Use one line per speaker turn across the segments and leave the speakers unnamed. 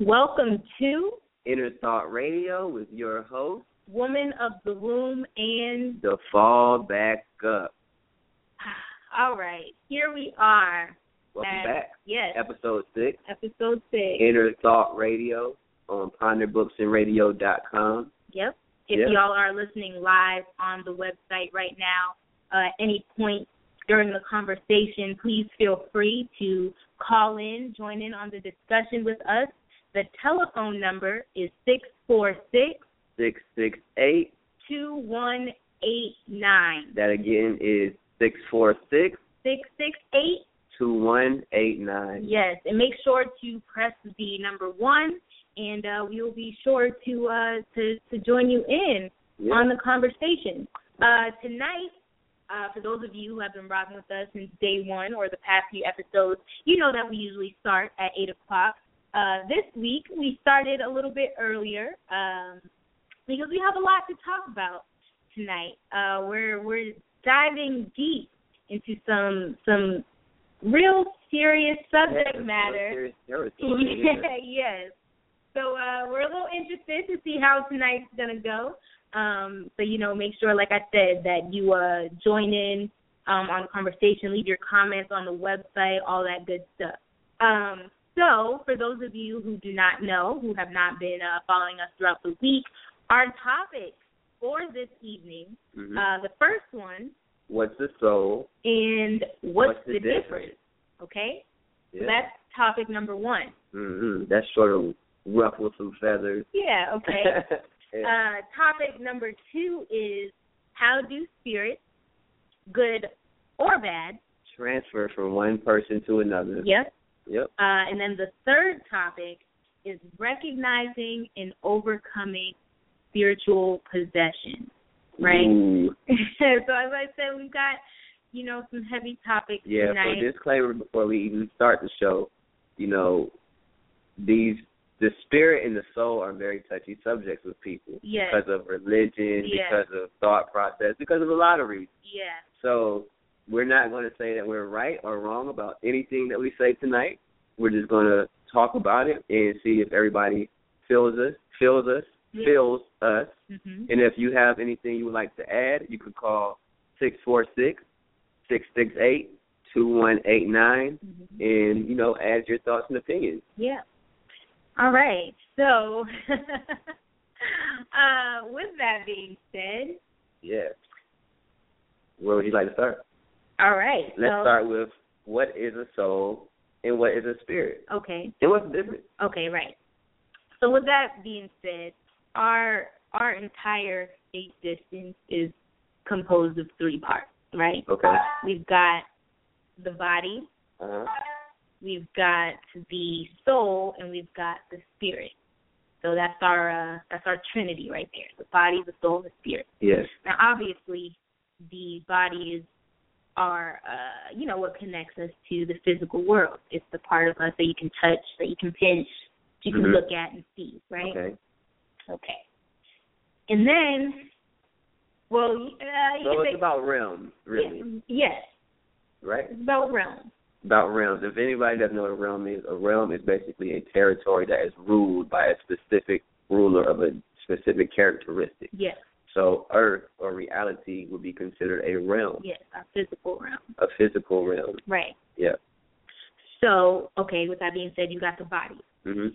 Welcome to
Inner Thought Radio with your host,
Woman of the Womb and
The Fall Back Up.
All right, here we are.
Welcome
at-
back.
Yes,
Episode 6,
episode six.
Inner Thought Radio on ponderbooksandradio.com.
Yep. If
Yeah.
y'all are listening live on the website right now, uh, at any point during the conversation, please feel free to call in, join in on the discussion with us. The telephone number is six four six
668.
two one eight nine
That again is six four six
six six eight
two one eight nine.
Yes, and make sure to press the number one, and uh, we will be sure to uh, to to join you in on the conversation uh, tonight. Uh, for those of you who have been rocking with us since day one or the past few episodes, you know that we usually start at eight o'clock. Uh, this week we started a little bit earlier um, because we have a lot to talk about tonight. Uh, we're we're diving deep into some some real serious subject matter. Yeah, yes. So uh, we're a little interested to see how tonight's gonna go. Um, but you know, make sure, like I said, that you uh, join in um, on the conversation, leave your comments on the website, all that good stuff. Um, so, for those of you who do not know, who have not been uh, following us throughout the week, our topics for this evening,
hmm
uh, the first one,
What's the soul?
and what's,
What's the difference?
Okay, so
Yeah.
that's topic number one.
Mhm. That's sort of ruffle some feathers.
Yeah. Okay.
Yeah.
Uh, topic number two is how do spirits, good or bad,
Transfer from one person to another.
yep.
Yep.
Uh, and then the third topic is recognizing and overcoming spiritual possession. Right.
Ooh.
so as I said, we've got you know some heavy topics
Yeah,
tonight.
so disclaimer before we even start the show, you know, these the spirit and the soul are very touchy subjects with people
Yes.
because of religion,
Yes.
because of thought process, because of a lot of reasons.
yeah.
So we're not going to say that we're right or wrong about anything that we say tonight. We're just going to talk about it and see if everybody feels us, feels us,
Yeah.
feels us.
Mhm.
And if you have anything you would like to add, you could call six four six six six eight two one eight nine
Mhm.
and, you know, add your thoughts and opinions.
Yeah. All right. So, uh, with that being said,
Yeah. Where would you like to start?
all right.
Let's
so,
start with what is a soul and what is a spirit?
Okay.
And what's the difference?
Okay, right. So with that being said, our our entire existence is composed of three parts, right?
Okay.
We've got the body,
Uh-huh.
we've got the soul, and we've got the spirit. So that's our uh, that's our trinity right there: the body, the soul, and the spirit.
Yes.
Now, obviously, the body is our, uh, you know, what connects us to the physical world. It's the part of us that you can touch, that you can pinch, that you can
Mhm.
look at and see, right?
Okay.
Okay. And then, well, uh, you
So
can
it's
say,
about realms, really,
yes,
right?
it's about realm.
About realms. If anybody doesn't know what a realm is, a realm is basically a territory that is ruled by a specific ruler of a specific characteristic.
Yes,
So Earth or reality would be considered a realm,
yes, our physical realm.
a physical realm.
Right.
Yeah.
So, okay, with that being said, you got the body.
hmm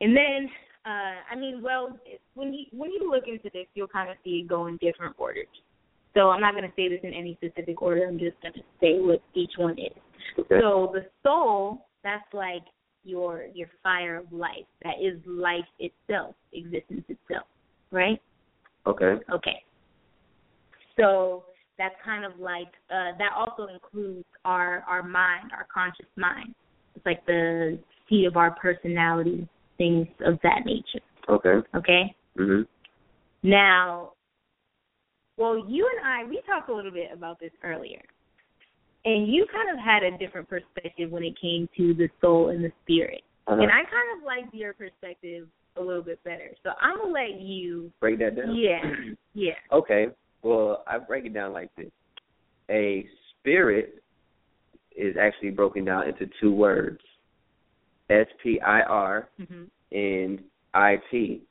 And then, uh, I mean, well, when you when you look into this, you'll kind of see it go in different orders. So I'm not going to say this in any specific order. I'm just going to say what each one is.
Okay.
So the soul, that's like your your fire of life. That is life itself, existence itself, right?
okay.
Okay. So that's kind of like uh, that also includes our our mind, our conscious mind. It's like the seat of our personality, things of that nature.
Okay.
Okay.
hmm
Now, well, you and I we talked a little bit about this earlier, and you kind of had a different perspective when it came to the soul and the spirit,
Uh-huh.
and I kind of liked your perspective a little bit better. So I'm gonna let you.
break that down?
Yeah. Yeah.
Okay. Well, I break it down like this. A spirit is actually broken down into two words. S P I R
Mhm.
and IT.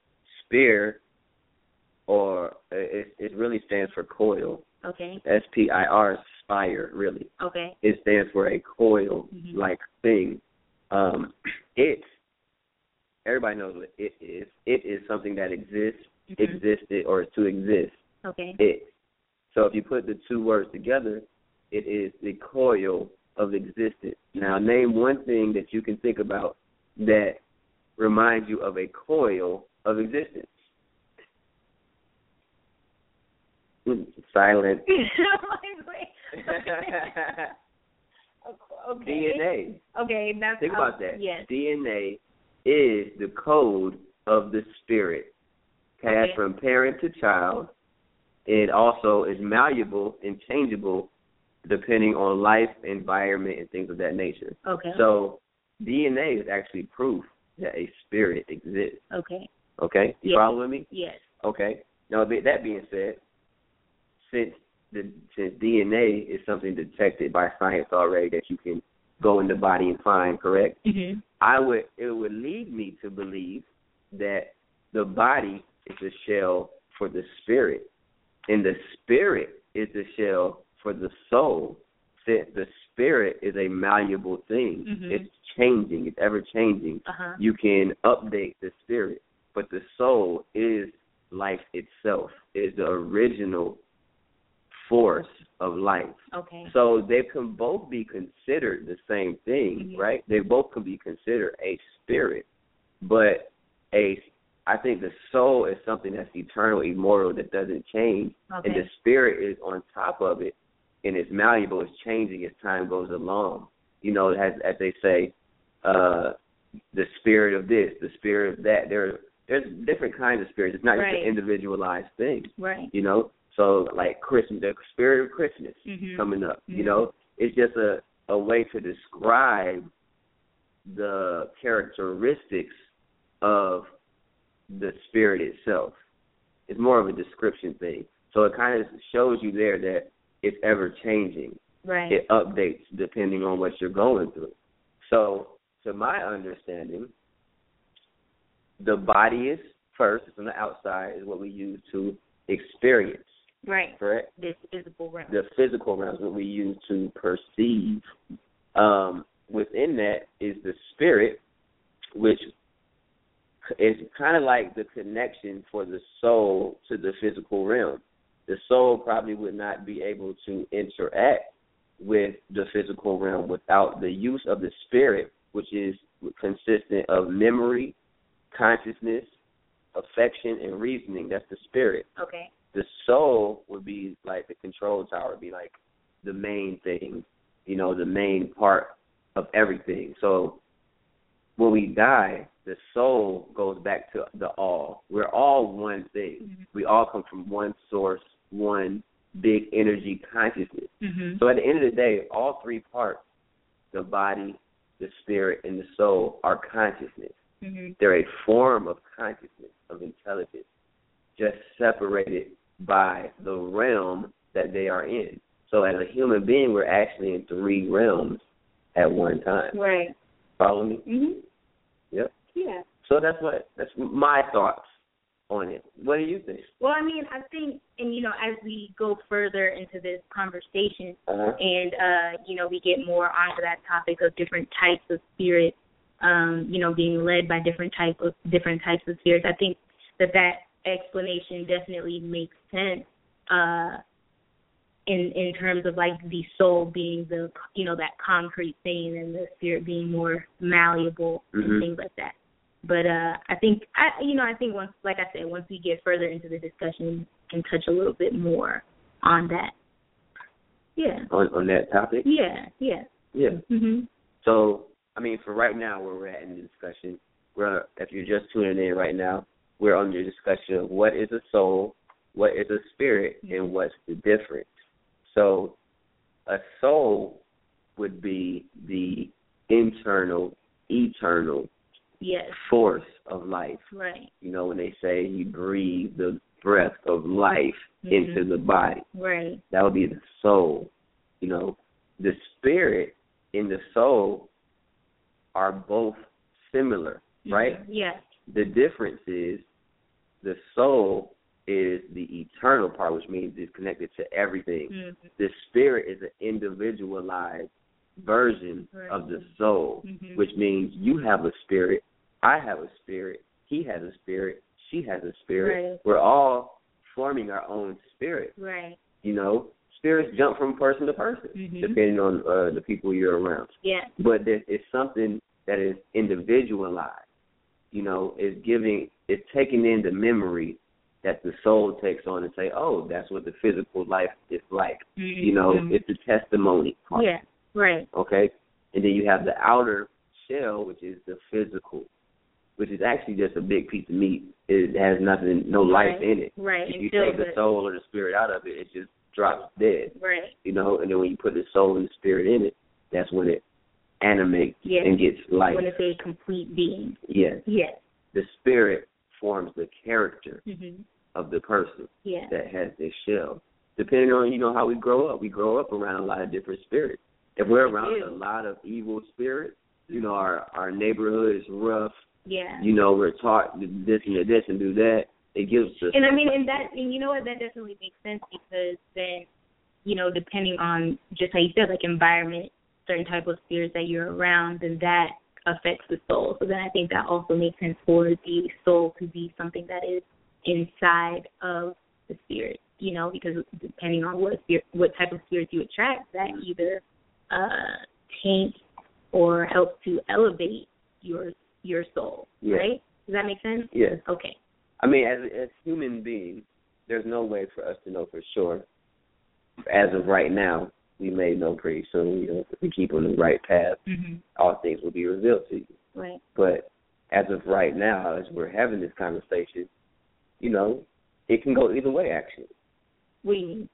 Spear, or it, it really stands for coil.
Okay.
S P I R, spire, really.
Okay. Mm-hmm.
It stands for a coil like thing. Um, it, everybody knows what it is. It is something that exists,
Mhm.
existed, or is to exist.
Okay.
It. So if you put the two words together, it is the coil of existence. Now, name one thing that you can think about that reminds you of a coil of existence. Mm, Silent.
I'm like, wait. okay.
DNA.
Okay. That's
Think
how-
about that.
Oh, Yes.
DNA is the code of the spirit, passed
Okay.
from parent to child. It also is malleable and changeable depending on life, environment, and things of that nature.
Okay.
So, DNA is actually proof that a spirit exists.
okay.
Okay? You
Yeah.
following me?
Yes.
Okay. Now, be- that being said, since the since DNA is something detected by science already that you can go in the body and find, correct?
Mhm.
I would it would lead me to believe that the body is a shell for the spirit, and the spirit is the shell for the soul. Since the spirit is a malleable thing,
Mhm.
it's changing, it's ever changing
Uh huh.
you can update the spirit, but the soul is life itself, is the original force of life.
Okay.
So they can both be considered the same thing,
Mhm.
right? They both can be considered a spirit, but a I think the soul is something that's eternal, immortal, that doesn't change,
Okay.
and the spirit is on top of it, and it's malleable, it's changing as time goes along. You know, as as they say, uh, the spirit of this, the spirit of that. There, there's different kinds of spirits. It's not just
Right.
an individualized thing.
right.
You know, so like Christmas, the spirit of Christmas
Mhm.
coming up. You
Mhm.
know, it's just a a way to describe the characteristics of the spirit itself. It's more of a description thing. So it kind of shows you there that it's ever changing.
Right.
It updates depending on what you're going through. So, to my understanding, the body is first, it's on the outside, is what we use to experience,
Right.
correct?
This physical realm.
the physical realms what we use to perceive um within that is the spirit which is kind of like the connection for the soul to the physical realm the soul probably would not be able to interact with the physical realm without the use of the spirit which is consistent of memory consciousness affection and reasoning that's the spirit
okay.
the soul would be like the control tower would be like the main thing, you know, the main part of everything. So when we die, the soul goes back to the all. We're all one thing.
Mhm.
We all come from one source, one big energy consciousness.
Mhm.
So at the end of the day, all three parts, the body, the spirit, and the soul are consciousness.
Mhm.
They're a form of consciousness, of intelligence, just separated by the realm that they are in. So as a human being, we're actually in three realms at one time.
Right.
Follow me?
Mhm.
Yep.
Yeah.
So that's what that's my thoughts on it. What do you think?
Well, I mean, I think, and you know, as we go further into this conversation,
Uh-huh.
and uh, you know, we get more onto that topic of different types of spirits, um, you know, being led by different type of different types of spirits. I think that that explanation definitely makes sense. Uh, in in terms of like the soul being the you know that concrete thing and the spirit being more malleable
Mhm.
and things like that. But uh I think I you know I think once like I said once we get further into the discussion we can touch a little bit more on that. Yeah.
On on that topic?
Yeah. Yeah.
Yeah.
Mhm.
So I mean for right now where we're at in the discussion, we're if you're just tuning in right now, we're on the discussion of what is a soul, what is a spirit, and what's the difference. So a soul would be the internal, eternal
Yes.
force of life.
Right.
You know, when they say you breathe the breath of life into
Mhm.
the body.
Right.
That would be the soul. You know, the spirit and the soul are both similar. right?
Mm-hmm. Yes.
The difference is the soul is the eternal part, which means it's connected to everything.
Mm-hmm.
The spirit is an individualized version of the soul,
Mhm.
which means you have a spirit, I have a spirit, he has a spirit, she has a spirit.
Right.
We're all forming our own spirit.
Right.
You know, spirits jump from person to person,
Mhm.
depending on uh, the people you're around
Yes.
but there, it's something that is individualized. You know, it's giving, it's taking in the memory that the soul takes on and say, oh, that's what the physical life is like. You know,
Mhm.
it's the testimony part.
yeah. Right.
Okay, and then you have the outer shell, which is the physical, which is actually just a big piece of meat. It has nothing, no life
Right.
in it.
Right.
If
And
you
feel
take the
good.
soul or the spirit out of it, it just drops dead
Right.
you know, and then when you put the soul and the spirit in it, that's when it animates
Yeah.
and gets life.
When it's a complete being.
Yes.
Yes.
The spirit forms the character
Mm-hmm.
of the person
Yes.
that has their shell. Depending on, you know, how we grow up. We grow up around a lot of different spirits. If we're around
do.
a lot of evil spirits, you know, our our neighborhood is rough,
Yeah.
you know, we're taught to do this and to this and do that. It gives us
and I mean, and that, and you know what, that definitely makes sense because then, you know, depending on just how you said, like environment, certain type of spirits that you're around, then that affects the soul. So then I think that also makes sense for the soul to be something that is inside of the spirit, you know, because depending on what spirit, what type of spirits you attract, that either uh taints or helps to elevate your your soul,
Yeah.
right? Does that make sense?
yes.
Okay.
I mean, as as human beings, there's no way for us to know for sure. As of right now, we may know pretty soon. You know, if we keep on the right path,
Mhm.
all things will be revealed to you.
Right.
But as of right now, as we're having this conversation, you know, it can go either way. Actually,
What do you mean?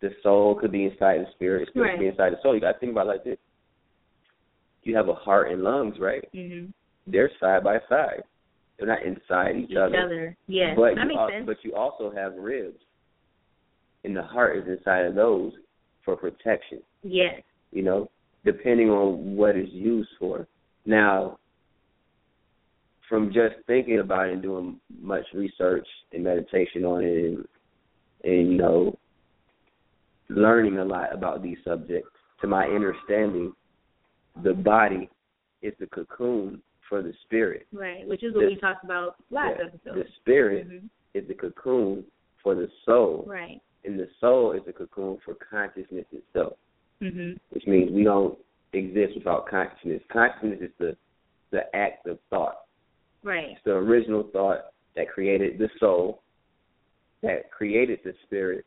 the soul could be inside the spirit, the spirit could be
Right.
inside the soul. You got to think about it like this: you have a heart and lungs, right?
Mhm.
They're side by side. They're not inside each,
Each other. Yeah.
But
that
you
makes
al-
sense.
but you also have ribs, and the heart is inside of those for protection.
yes.
You know, depending on what it's used for. Now, from just thinking about it and doing much research and meditation on it, and, and you know, learning a lot about these subjects, to my understanding, the body is the cocoon for the spirit.
Right. Which is what
The-
we talked about last
Yeah. The
episode.
spirit
Mhm.
is the cocoon for the soul.
Right.
and the soul is the cocoon for consciousness itself,
Mhm.
which means we don't exist without consciousness. Consciousness is the the act of thought.
Right.
It's the original thought that created the soul, that created the spirit,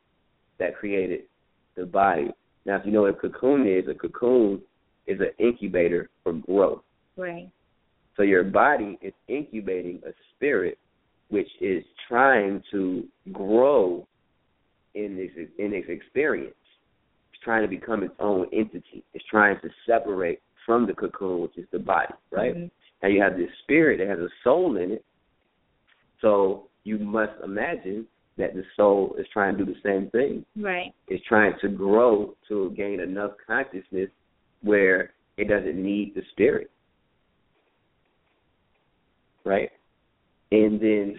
that created the body. Now, if you know what a cocoon is, a cocoon is an incubator for growth.
Right.
So your body is incubating a spirit which is trying to grow in this in its experience. It's trying to become its own entity. It's trying to separate from the cocoon, which is the body, right?
Mhm.
Now you have this spirit that has a soul in it. So you must imagine that the soul is trying to do the same thing.
Right.
It's trying to grow to gain enough consciousness where it doesn't need the spirit. Right? And then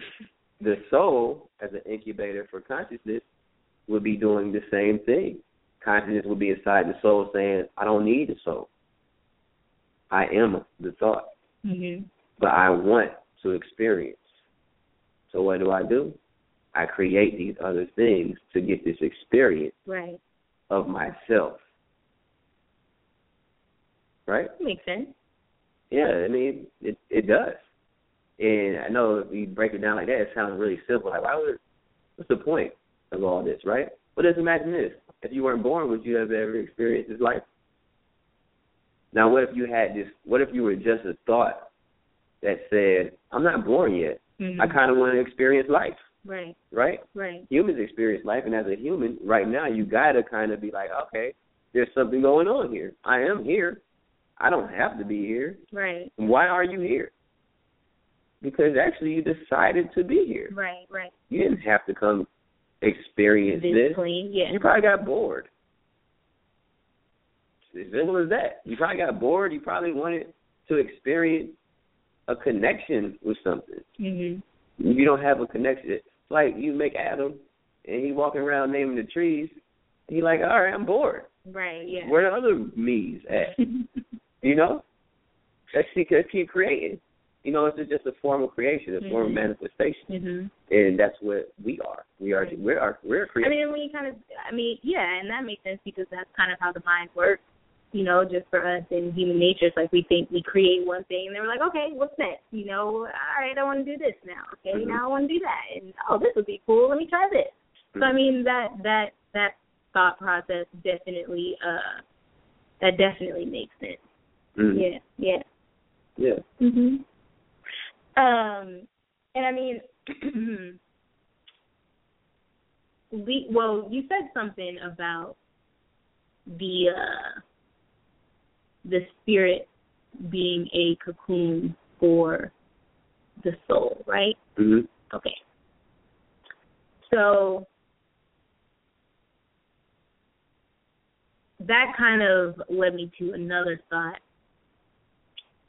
the soul, as an incubator for consciousness, would be doing the same thing. Consciousness would be inside the soul saying, I don't need the soul. I am the thought,
Mhm.
but I want to experience. So what do I do? I create these other things to get this experience
Right.
of myself. Right?
That makes sense.
Yeah, I mean it it does. And I know if you break it down like that, it sounds really simple. Like why would what's the point of all this, right? But just imagine this. If you weren't born, would you have ever experienced this life? Now what if you had this what if you were just a thought that said, I'm not born yet.
Mhm.
I kinda wanna experience life,
Right.
right?
Right.
humans experience life, and as a human, right now, you gotta kind of be like, okay, there's something going on here. I am here. I don't have to be here.
Right.
Why are you here? Because actually, you decided to be here.
Right. Right.
You didn't have to come experience
This
this.
clean. Yeah.
You probably got bored. As simple as that. You probably got bored. You probably wanted to experience a connection with something.
Mhm.
You don't have a connection. It's like you make Adam, and he walking around naming the trees. He like, all right, I'm bored.
Right. Yeah.
Where the other me's at? You know, let's keep, let's keep creating. You know, it's just a form of creation, a form of
Mhm.
manifestation,
mhm.
and that's what we are. We are. We are. We're
I
creating.
mean, when you kind of, I mean, yeah, and that makes sense because that's kind of how the mind works, you know, just for us in human nature. It's like we think we create one thing and then we're like, okay, what's next? You know, all right, I want to do this now. Okay,
Mhm.
now I want to do that. And oh, this would be cool. Let me try this. So
Mm-hmm.
I mean, that that that thought process definitely, uh, that definitely makes sense.
Mhm.
Yeah, yeah.
Yeah.
Mhm. Um, and I mean, we well, you said something about the uh, the spirit being a cocoon for the soul, right?
Mhm.
Okay. So that kind of led me to another thought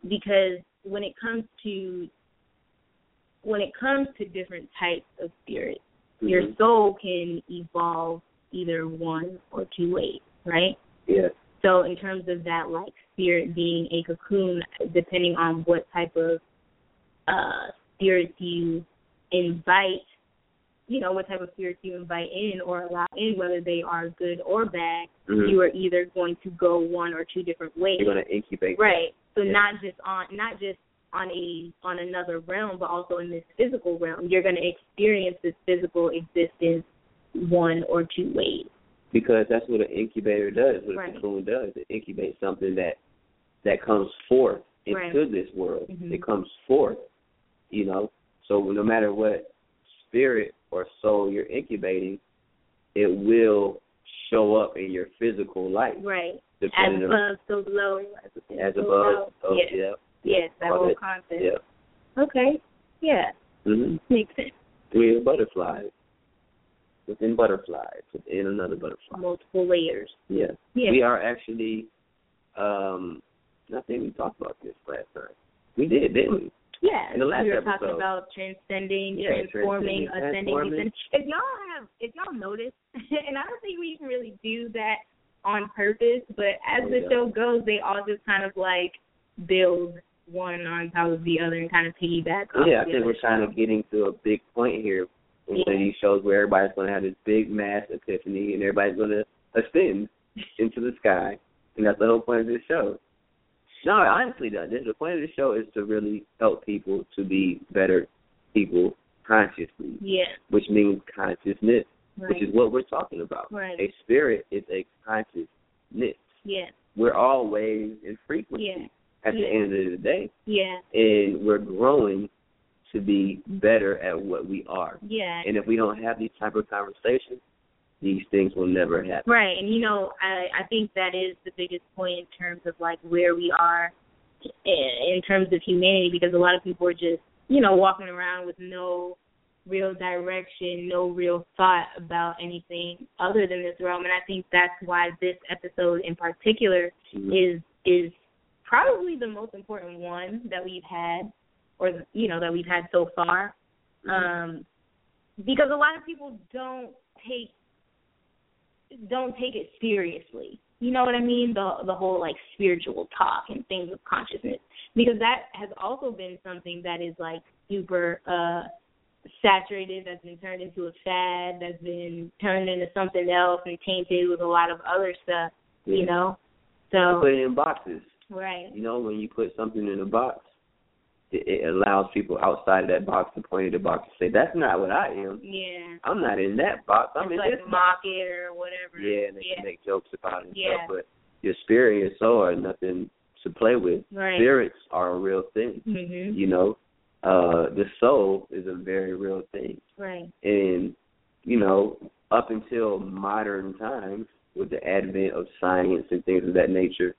because when it comes to when it comes to different types of spirit, your
Mhm.
soul can evolve either one or two ways, right?
Yeah.
So in terms of that like spirit being a cocoon, depending on what type of uh spirit you invite, you know, what type of spirits you invite in or allow in, whether they are good or bad,
Mhm.
you are either going to go one or two different ways.
You're gonna incubate.
Right. So
Yeah.
not just on not just on a on another realm, but also in this physical realm, you're going to experience this physical existence one or two ways.
because that's what an incubator does, what
Right.
a cocoon does. It incubates something that that comes forth into
Right.
this world.
Mhm.
It comes forth, you know. So no matter what spirit or soul you're incubating, it will show up in your physical life,
Right. As
depending
above, uh, so below.
on as
so
uh, above.
below.
Oh,
yes.
yeah,
Yes. That
All
whole
that-
concept.
yeah.
Okay. Yeah.
Mm-hmm.
Makes sense.
Three butterflies within butterflies within another butterfly.
Multiple layers.
Yeah.
Yeah.
we are actually um I think we talked about this last time. We did, didn't we?
Yeah,
In the last
we were
episode.
talking about transcending,
Yeah,
transforming,
transcending,
ascending.
transforming.
descending. If y'all have, if y'all notice, and I don't think we even really do that on purpose, but as
Oh,
the
yeah.
show goes, they all just kind of like build one on top of the other and kind of piggyback. off
yeah, I
the
think
other
we're kind
show.
of getting to a big point here in one of
Yeah.
these shows where everybody's gonna have this big mass epiphany and everybody's gonna ascend into the sky. And that's the whole point of this show. No, honestly though, this- the point of the show is to really help people to be better people consciously,
Yeah,
which means consciousness,
right,
which is what we're talking about.
right,
A spirit is a consciousness.
yeah,
we're all waves and frequency
yeah,
at the
Yeah.
end of the day,
yeah,
and we're growing to be better at what we are.
yeah.
And if we don't have these type of conversations, these things will never happen.
Right, and you know, I I think that is the biggest point in terms of like where we are i- in terms of humanity, because a lot of people are just you know walking around with no real direction, no real thought about anything other than this realm, and I think that's why this episode in particular is is probably the most important one that we've had, or you know that we've had so far, um, because a lot of people don't take don't take it seriously. You know what I mean? The the whole like spiritual talk and things of consciousness, because that has also been something that is like super uh saturated, that's been turned into a fad, that's been turned into something else and tainted with a lot of other stuff. You know,
Yeah.
so
put it in boxes.
right,
You know, when you put something in a box, it, it allows people outside of that box to point at the box and say, "That's not what I am.
yeah,
I'm not in that box. I'm in
it's like
this box."
mock it or whatever.
Yeah, and they
Yeah.
can make jokes about it and
Yeah.
stuff, but your spirit and your soul are nothing to play with.
right.
Spirits are a real thing.
Mhm.
You know, uh, the soul is a very real thing.
Right.
And, you know, up until modern times, with the advent of science and things of that nature,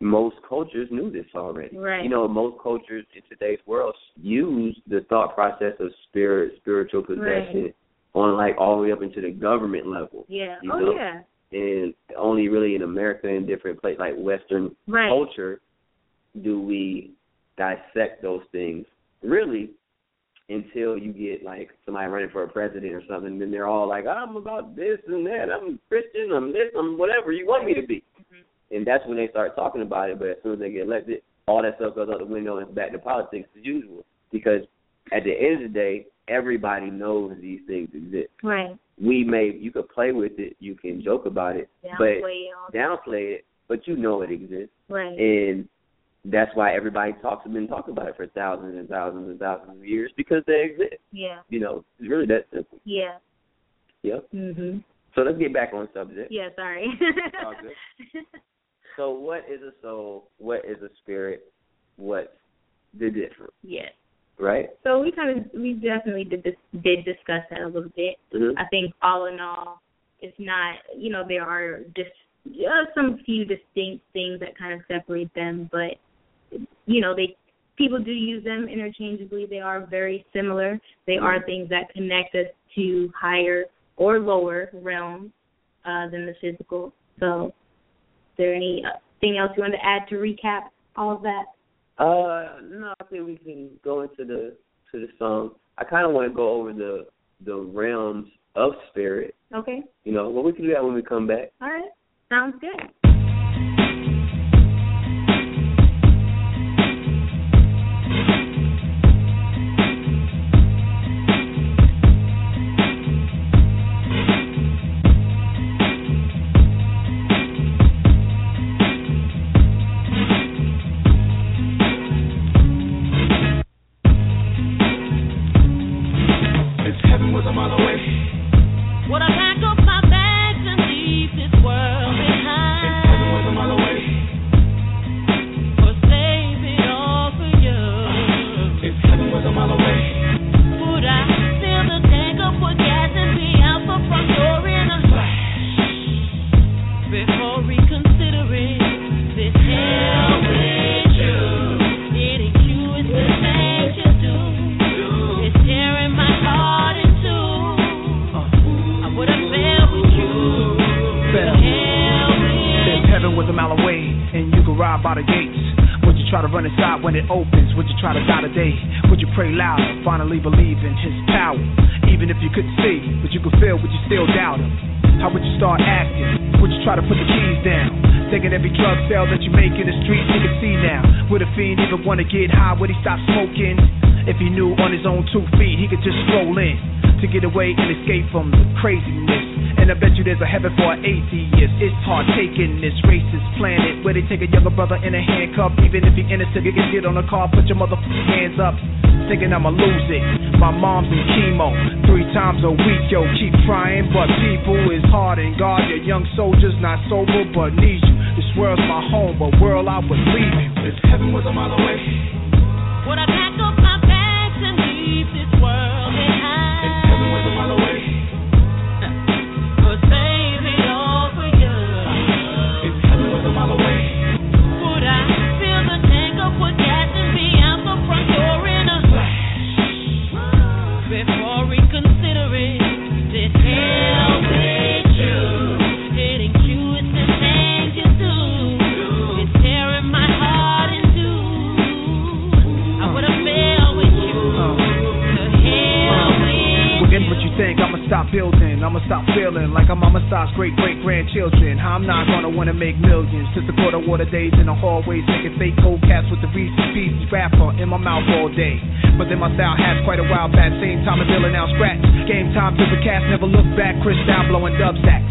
most cultures knew this already.
Right.
You know, most cultures in today's world use the thought process of spirit, spiritual possession, on like all the way up into the government level
Yeah.
You
Oh
know?
yeah.
and only really in America and different places like Western
Right.
culture do we dissect those things really until you get like somebody running for a president or something. Then they're all like, I'm about this and that. I'm Christian. I'm this. I'm whatever you want me to be. Mm-hmm. And that's when they start talking about it. But as soon as they get elected, all that stuff goes out the window and back to politics as usual. Because at the end of the day, everybody knows these things exist.
Right.
We may you could play with it, you can joke about it,
Downplay
but
it all.
downplay it. But you know it exists,
Right.
and that's why everybody talks and been talking about it for thousands and thousands and thousands of years because they exist.
yeah.
You know, it's really that simple.
Yeah.
Yeah.
Mhm.
So let's get back on subject.
Yeah. Sorry.
all So what is a soul? What is a spirit? What's the difference?
yeah.
Right.
So we kind of we definitely did dis- did discuss that a little bit.
Mm-hmm.
I think all in all, it's not you know there are just uh, some few distinct things that kind of separate them, but you know they people do use them interchangeably. They are very similar. They are things that connect us to higher or lower realms uh, than the physical. So, is there anything else you want to add to recap all of that?
Uh, no, I think we can go into the to the song. I kind of want to go over the the realms of spirit.
Okay.
You know, well, we can do that when we come back.
All right. Sounds good.
It's heaven was a mile away.
Would I pack up my bags and leave this world
It's heaven
behind?
was a mile away.
Or save it all for you?
It's heaven was a mile away.
Would I fill the tank up with gas and be out the front door in a flash? Before reconsidering this hell with you. Getting you is the thing to do. It's tearing my heart in two. I would have failed with you. Hell with
Says heaven was a mile away, and you could ride by the gates. Would you try to run inside when it opens? Would you try to die today? Would you pray loud and finally believe in his power? Even if you couldn't see, but you could feel, would you still doubt him? How would you start acting? Would you try to put the keys down? Thinking every drug sale that you make in the streets, he can see now. Would a fiend even want to get high? Would he stop smoking? If he knew on his own two feet, he could just roll in to get away and escape from the craziness. And I bet you there's a heaven for an atheist. It's hard taking this racist planet where they take a younger brother in a handcuff. Even if he innocent, you can get on the car, put your motherfucking hands up. Thinking I'ma lose it. My mom's in chemo. Three times a week, yo, keep trying. But people is hard and God, your young soldiers not sober, but need you. This world's my home, but world I would leave you.
It's heaven was a mile away.
Would I pack up my bags and leave this world
It's heaven was a
behind?
mile away.
Or save it all for you?
It's heaven was a mile away.
Would I fill the tank up with gas and be out the front door in a flash? Before reconsidering this hell with you, hitting you is the thing to do. It's tearing my heart in two. I would have failed with you.
Uh.
To hell with
Well, then what you think? I'ma stop building, I'ma stop feeling like I'm Mama Sop's great great grandchildren. How I'm not gonna wanna make millions. Just a quarter water days in the hallways, making fake cold caps with the Reese's Pieces rapper in my mouth all day. But then my style has quite a wild back. Same time as Dylan now scratch. Game time to the cast, never look back. Chris down blowing dub sacks.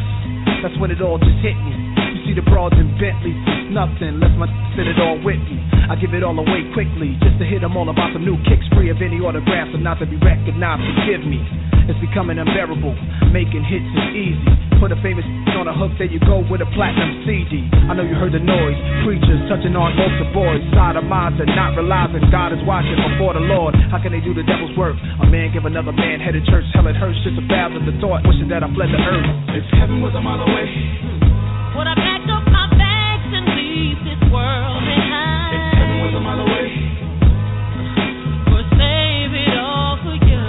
That's when it all just hit me. You see the broads and Bentleys, it's nothing. Let my sit it all with me. I give it all away quickly, just to hit 'em all about some new kicks, free of any autographs, or not to be recognized. Forgive me, it's becoming unbearable. Making hits is easy. Put a famous on a hook, there you go with a platinum CD. I know you heard the noise, preachers touching on altar boys, sodomizing, not realizing God is watching before the Lord. How can they do the devil's work? A man give another man head of church, hell it hurts just to fathom the thought, wishing that I fled the earth.
It's heaven was a mile away.
Would I pack up my bags and leave this world
It's heaven
behind?
was a mile away.
Or save it all for you?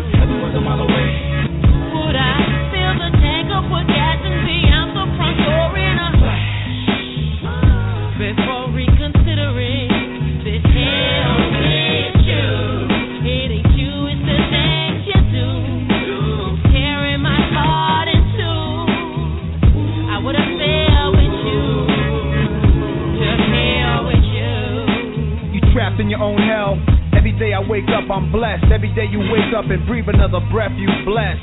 It's heaven was a mile away.
Would I fill the tank up with gas and be out the front door in a flash? Before reconsidering this
trapped in your own hell. Every day I wake up, I'm blessed. Every day you wake up and breathe another breath, you blessed.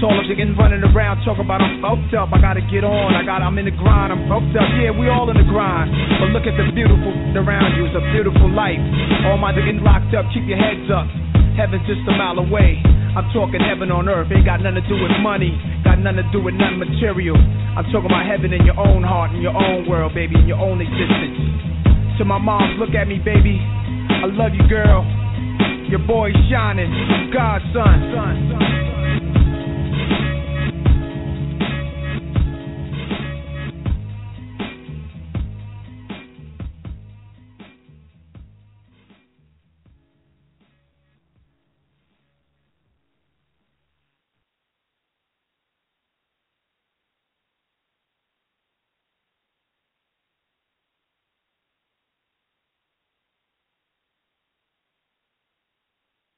Tall up chicken running around, talking about I'm fucked up. I gotta get on. I got, I'm in the grind. I'm fucked up. Yeah, we all in the grind. But look at the beautiful around you. It's a beautiful life. All my getting locked up. Keep your heads up. Heaven's just a mile away. I'm talking heaven on earth. Ain't got nothing to do with money. Got nothing to do with nothing material. I'm talking about heaven in your own heart, in your own world, baby, in your own existence. To my moms, look at me, baby. I love you, girl. Your boy's shining. God's son. son, son.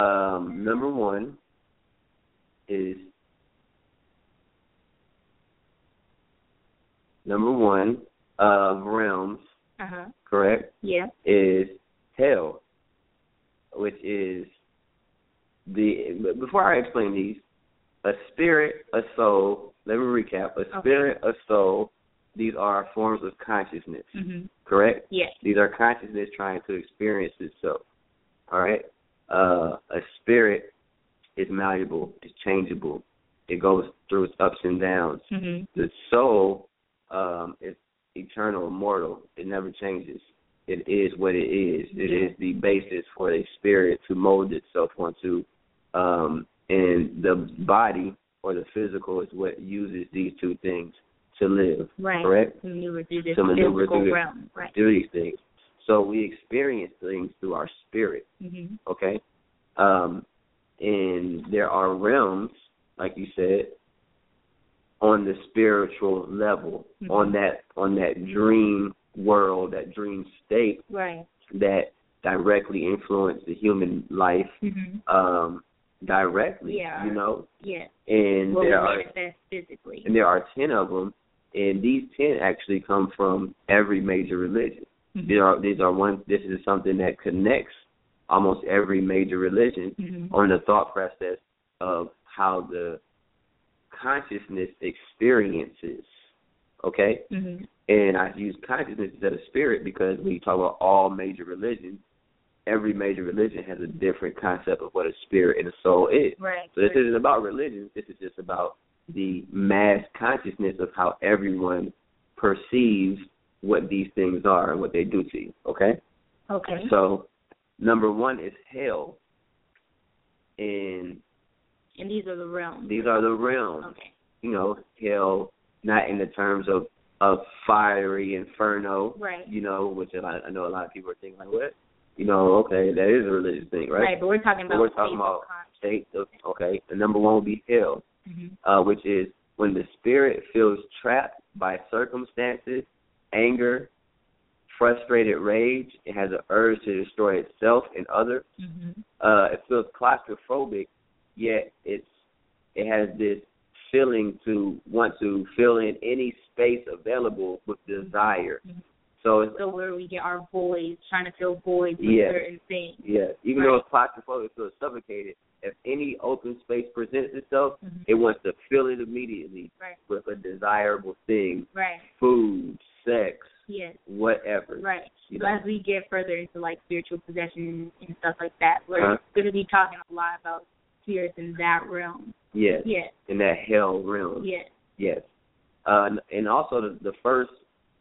Um, number one is number one of realms,
Uh huh.
correct?
Yeah.
Is hell, which is the. but Before I explain these, a spirit, a soul. Let me recap: a spirit, a soul. These are forms of consciousness,
Mhm.
correct?
Yeah.
These are consciousness trying to experience itself. All right. Uh, a spirit is malleable. It's changeable. It goes through its ups and downs.
Mhm.
The soul um, is eternal, immortal. It never changes. It is what it is. It
Yeah.
is the basis for a spirit to mold itself onto. Um, and the body or the physical is what uses these two things to live.
Right.
Correct
To maneuver through this
To maneuver
physical
through this.
realm. Right.
do these things. So we experience things through our spirit,
Mhm.
okay? Um, and there are realms, like you said, on the spiritual level,
Mhm.
on that on that dream world, that dream state
Right.
that directly influence the human life
Mhm.
um, directly.
Yeah.
You know,
Yeah.
and
What we
there are
manifest physically.
and there are ten of them, and these ten actually come from every major religion.
Mhm.
These are these are one. This is something that connects almost every major religion
Mhm.
on the thought process of how the consciousness experiences. Okay,
Mhm.
and I use consciousness instead of spirit because when you talk about all major religions, every major religion has a different concept of what a spirit and a soul is.
Right.
So this isn't about religion. This is just about the mass consciousness of how everyone perceives what these things are and what they do to you. Okay.
okay.
So number one is hell, and
and these are the realms.
these are the realms.
okay.
You know, hell not in the terms of of fiery inferno.
Right.
You know, which a lot, I know a lot of people are thinking like, what? You know, okay, that is a religious thing, right?
But we're talking
But
about
we're talking about state of okay. The number one would be hell.
hmm
uh, which is when the spirit feels trapped by circumstances, anger, frustrated rage, it has an urge to destroy itself and others.
hmm
Uh, it feels claustrophobic, yet it's it has this feeling to want to fill in any space available with desire.
Mhm.
So it's
So where we get our voids, trying to fill voids with
Yeah.
certain things.
yeah, even
Right.
though it's claustrophobic, it feels suffocated. If any open space presents itself,
Mhm.
it wants to fill it immediately
Right.
with a desirable thing
Right.
food, sex,
Yes.
whatever.
Right.
You
So
know?
as we get further into like spiritual possession and stuff like that, we're
Uh-huh.
going to be talking a lot about spirits in that realm.
Yes.
Yes.
In that hell realm.
Yes.
Yes. Uh, and- and also the, the first,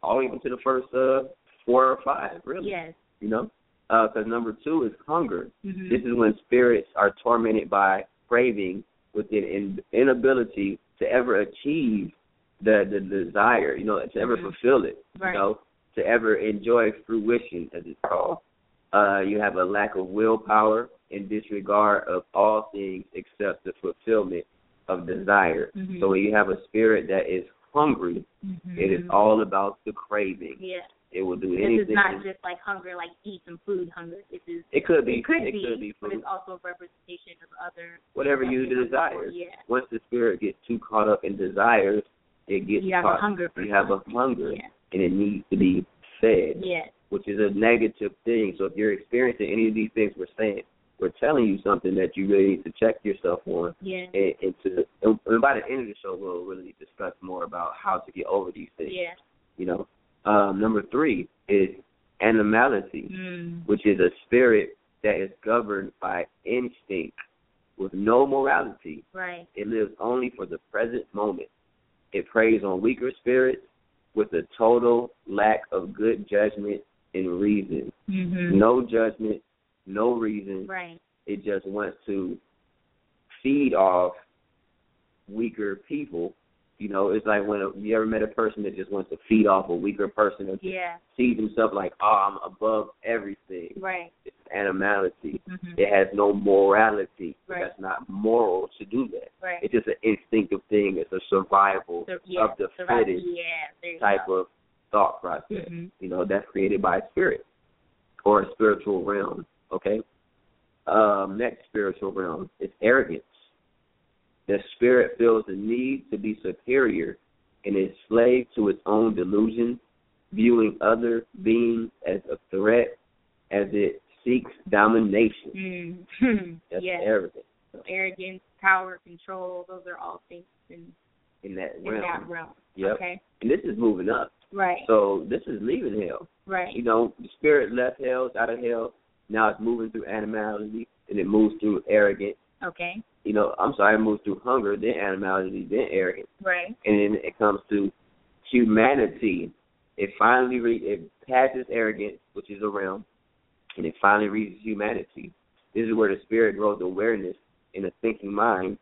all the way up to the first uh, four or five, really.
Yes.
You know, because number two is hunger.
hmm
This is when spirits are tormented by craving with an in, inability to ever achieve the the desire. You know, to ever
Mhm.
fulfill it.
Right.
you know, to ever enjoy fruition, as it's called. Uh, you have a lack of willpower and disregard of all things except the fulfillment of desire.
Mhm.
So when you have a spirit that is hungry,
Mhm.
it is all about the craving.
Yeah.
It will do
This is
anything.
not just like hunger, like eat some food hunger. This is
it could be.
it could
it
be,
could be
but
food.
it's also a representation of other
Whatever you
Yeah.
desire.
Yeah.
Once the spirit gets too caught up in desires, it gets
You have a
caught.
hunger for
you have a
something.
hunger,
Yeah.
and it needs to be fed.
Yes.
which is a negative thing. So if you're experiencing any of these things we're saying, we're telling you something that you really need to check yourself on.
Yeah.
And, and to and by the end of the show, we'll really discuss more about how to get over these things.
Yeah.
You know, um, number three is animality
Mm.
which is a spirit that is governed by instinct with no morality.
Right.
It lives only for the present moment. It preys on weaker spirits with a total lack of good judgment and reason.
Mhm.
Mm-hmm. No judgment, no reason.
Right.
It just wants to feed off weaker people. You know, it's like when a, you ever met a person that just wants to feed off a weaker person or just
Yeah.
sees himself like, oh, I'm above everything
Right.
it's animality.
Mhm.
It has no morality.
Right.
That's not moral to do that.
Right.
It's just an instinctive thing. It's a survival
Sur- yeah.
of the
survival.
fittest
Yeah. There you
type
go.
of thought process.
Mhm.
You know, that's created by a spirit or a spiritual realm. Okay. Um, next spiritual realm is arrogance. The spirit feels the need to be superior and is slave to its own delusion, viewing other beings as a threat as it seeks domination.
Mm.
That's
yeah.
arrogance
So arrogance, power, control, those are all things in,
in that
in
realm.
that realm.
Yep.
Okay.
And this is moving up.
Right.
So this is leaving hell.
right.
You know, the spirit left hell, it's out of hell. Now it's moving through animality, and it moves through arrogance.
Okay.
You know, I'm sorry, it moves through hunger, then animality, then arrogance,
Right.
and then it comes to humanity. It finally re- it passes arrogance, which is a realm, and it finally reaches humanity. This is where the spirit grows awareness in a thinking mind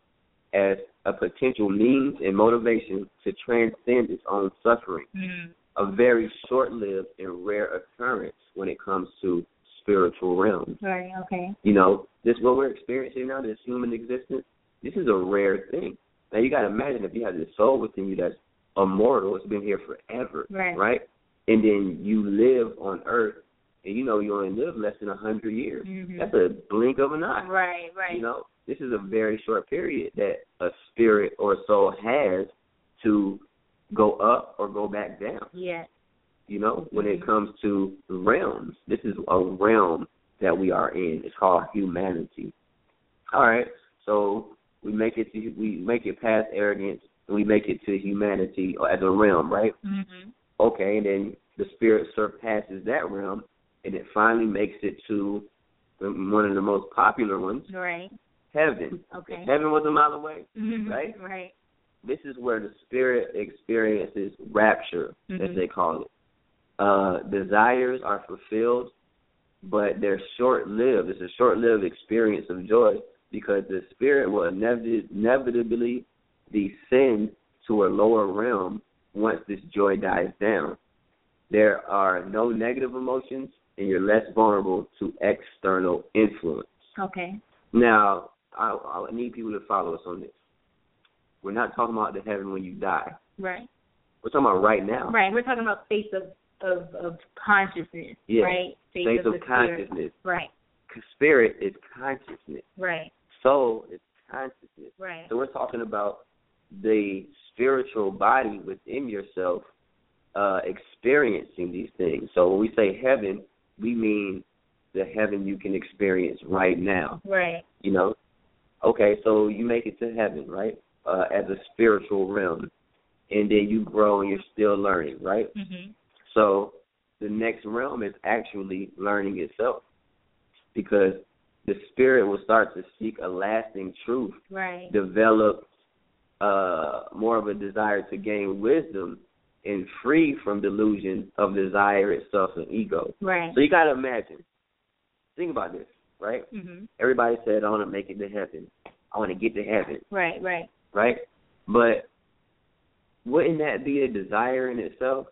as a potential means and motivation to transcend its own suffering
Mm.
a very short-lived and rare occurrence when it comes to spiritual realms.
Right. Okay.
You know, this what we're experiencing now, this human existence. This is a rare thing. Now you got to imagine if you have this soul within you that's immortal, it's been here forever,
Right.
right? And then you live on Earth, and you know you only live less than a hundred years.
Mhm.
That's a blink of an eye.
Right. Right.
You know, this is a very short period that a spirit or soul has to go up or go back down
Yeah.
you know, when
Mhm.
it comes to realms. This is a realm that we are in. It's called humanity. All right. So we make it to we make it past arrogance and we make it to humanity or as a realm, right?
Mhm.
Okay, and then the spirit surpasses that realm and it finally makes it to one of the most popular ones,
Right.
heaven.
Okay.
Heaven was a mile away.
Mhm.
Right?
Right.
This is where the spirit experiences rapture as
Mhm.
they call it. Uh, desires are fulfilled, but they're short lived. It's a short lived experience of joy because the spirit will inevit- inevitably descend to a lower realm once this joy dies down. There are no negative emotions, and you're less vulnerable to external influence.
Okay.
Now, I, I need people to follow us on this. We're not talking about the heaven when you die.
Right.
We're talking about right now.
Right. We're talking about space of of of consciousness.
Yeah.
Right. Space,
States of
the spirit.
consciousness.
Right.
Spirit is consciousness.
Right.
Soul is consciousness.
Right.
So we're talking about the spiritual body within yourself uh, experiencing these things. So when we say heaven, we mean the heaven you can experience right now.
Right.
You know, okay, so you make it to heaven, right? Uh, as a spiritual realm, and then you grow and you're still learning, right?
Mhm.
So the next realm is actually learning itself because the spirit will start to seek a lasting truth,
Right.
develop uh, more of a desire to gain wisdom and free from delusion of desire itself and ego.
Right.
So you got to imagine, think about this, right?
Mhm.
Everybody said, I want to make it to heaven. I want to get to heaven,
Right. Right.
right? But wouldn't that be a desire in itself?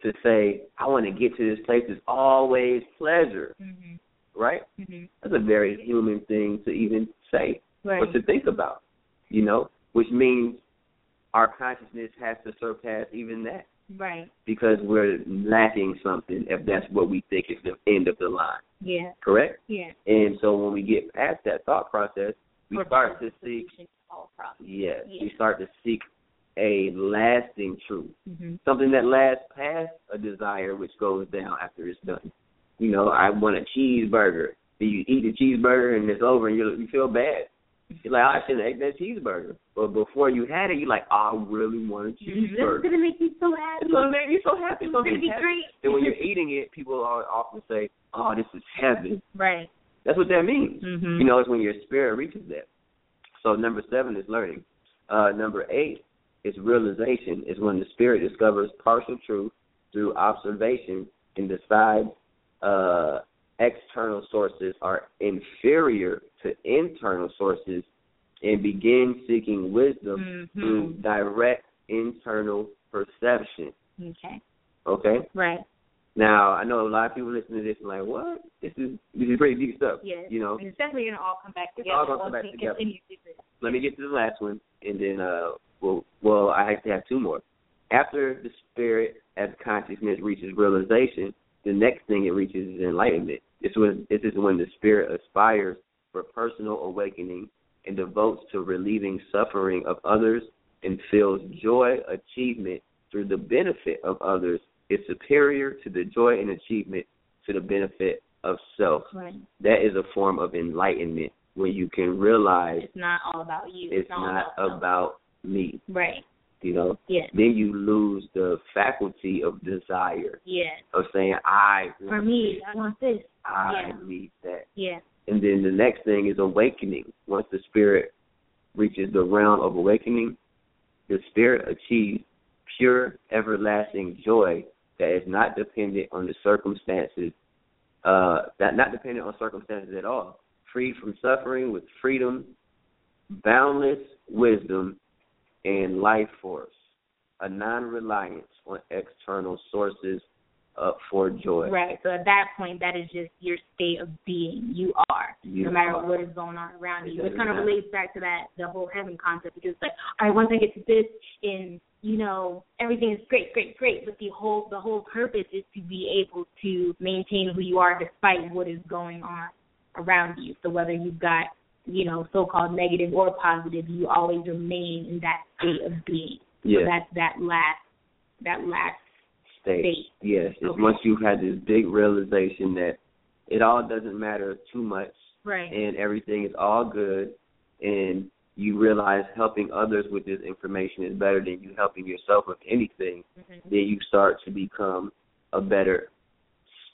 to say, I want to get to this place is always pleasure,
Mhm.
right?
Mhm.
That's a very human thing to even say
Right.
or to think about, you know, which means our consciousness has to surpass even that
Right.
because we're lacking something if that's what we think is the end of the line,
Yeah.
correct?
Yeah.
And so when we get past that thought process, we
Or
start to
possible
seek,
solution to all problems.
yes,
Yeah.
we start to seek a lasting truth,
hmm
something that lasts past a desire which goes down after it's done. You know, I want a cheeseburger. Do you eat the cheeseburger and it's over and you you feel bad? You're like, oh, I shouldn't have ate that cheeseburger. But before you had it, you're like, oh, I really want a
This is
cheeseburger.
gonna make me so happy.
It's gonna make you so happy.
This is
It's
gonna
gonna
be
happy.
great.
Then when you're eating it, people are often say, "Oh, this is heaven."
Right.
That's what that means.
Mm-hmm.
You know, it's when your spirit reaches that. So number seven is learning. Uh, number eight is realization. Is when the spirit discovers partial truth through observation and decides uh, external sources are inferior to internal sources, and begins seeking wisdom through
hmm
direct internal perception.
Okay.
Okay.
Right.
Now I know a lot of people listen to this and like, what? This is this is pretty deep stuff.
Yes.
You know,
It's definitely gonna all come back
It's
together.
all gonna
once
come back
we
together.
continue to do this.
let me get to the last one, and then uh, well, well, I actually have two more. After the spirit as consciousness reaches realization, the next thing it reaches is enlightenment. This was this is when the spirit aspires for personal awakening and devotes to relieving suffering of others and feels joy achievement through the benefit of others is superior to the joy and achievement to the benefit of self.
Right.
That is a form of enlightenment when you can realize
It's not all about you.
it's not
all about.
about me,
Right.
you know.
Yes.
Then you lose the faculty of desire
Yes.
of saying I
For
want
me,
this,
I want this.
I
yeah.
need that.
Yeah.
And then the next thing is awakening. Once the spirit reaches the realm of awakening, the spirit achieves pure, everlasting joy that is not dependent on the circumstances, uh, that not dependent on circumstances at all. Free from suffering with freedom, boundless wisdom, and life force. A non-reliance on external sources uh, for joy.
Right. So at that point, that is just your state of being. You are.
You
no matter
are.
what is going on around you. Which
Exactly.
kind of relates back to that the whole heaven concept because it's like, all right, once I get to this and you know, everything is great, great, great. But the whole the whole purpose is to be able to maintain who you are despite what is going on around you. So whether you've got, you know, so called negative or positive, you always remain in that state of being.
Yes.
So that's that last that last
state.
state.
Yes, it's
Okay.
once you've had this big realization that it all doesn't matter too much
Right.
and everything is all good, and you realize helping others with this information is better than you helping yourself with anything,
Mhm.
then you start to become a better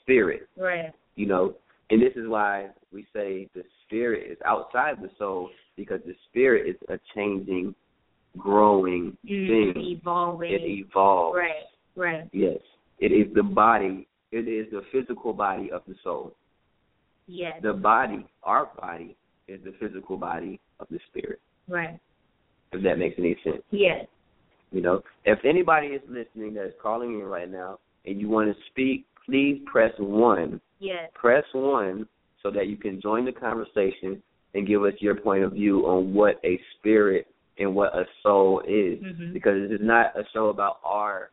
spirit
Right.
you know and this is why we say the spirit is outside the soul because the spirit is a changing growing
Mm,
thing
evolving.
it evolves
Right. Right.
yes it is the body it is the physical body of the soul
Yes.
the body our body is the physical body of the spirit
Right.
if that makes any sense
Yes.
You know, if anybody is listening that is calling in right now and you want to speak, please press one.
Yes.
Press one so that you can join the conversation and give us your point of view on what a spirit and what a soul is.
Mhm.
Because this is not a show about our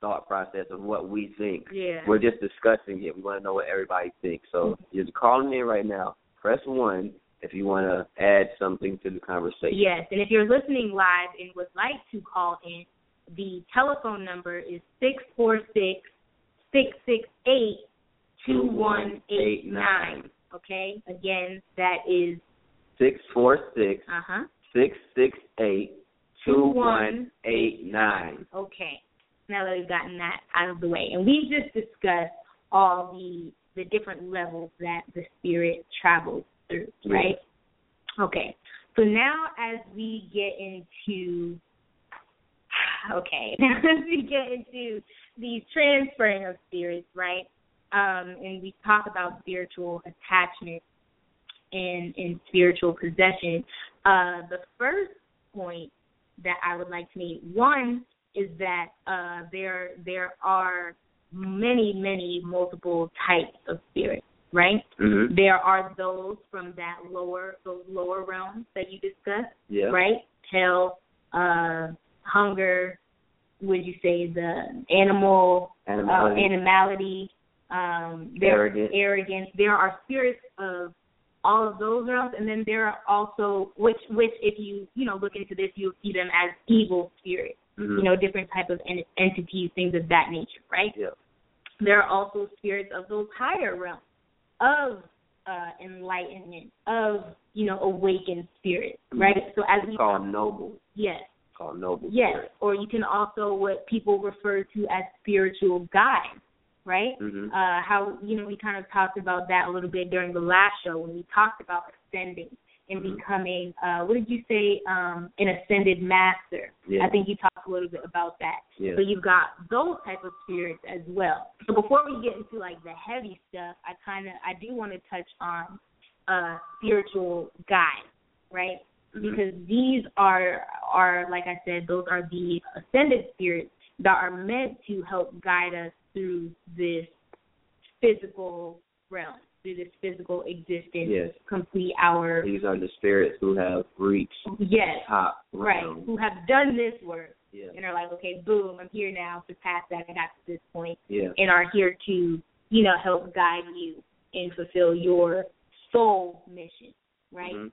thought process of what we think.
Yeah.
We're just discussing it. We want to know what everybody thinks. So
Mm-hmm.
you're calling in right now. Press one if you want to add something to the conversation.
Yes. And if you're listening live and would like to call in, the telephone number is six four six six six eight two one eight nine. Okay. Again, that is
Six four six
uh huh.
six six eight two one eight nine.
Okay. Now that we've gotten that out of the way, and we just discussed all the the different levels that the spirit travels through,
Yeah.
right? Okay. So now as we get into okay, now as we get into the transferring of spirits, right? Um, and we talk about spiritual attachment and and spiritual possession. Uh, the first point that I would like to make one is that uh, there there are many many multiple types of spirits, right?
Mm-hmm.
There are those from that lower those lower realms that you discussed,
Yeah.
right? Hell, uh, hunger. Would you say the animal
Animal,
uh, animality? Um, there
arrogant.
arrogance. There are spirits of all of those realms, and then there are also which which if you you know look into this, you'll see them as evil spirits,
Mhm.
you know, different type of en- entities, things of that nature, right?
Yeah.
There are also spirits of those higher realms of uh, enlightenment, of you know, awakened spirits, right? So as we
It's called noble.
yes,
It's called noble.
yes,
Spirit.
or you can also what people refer to as spiritual guides, right?
Mhm.
uh, how you know we kind of talked about that a little bit during the last show when we talked about ascending and
Mhm.
becoming uh, what did you say um, an ascended master?
Yeah.
I think you talked a little bit about that.
Yeah.
So you've got those type of spirits as well. So before we get into like the heavy stuff, I kind of I do want to touch on uh, spiritual guides, right?
Mhm.
because these are are like I said, those are the ascended spirits that are meant to help guide us through this physical realm, through this physical existence,
Yes.
complete our
These are the spirits who have reached
yes,
top
right,
realm.
who have done this work
Yeah.
and are like, okay, boom, I'm here now, surpass that, I got to this point,
Yeah.
and are here to you know help guide you and fulfill your soul mission, right?
Mhm.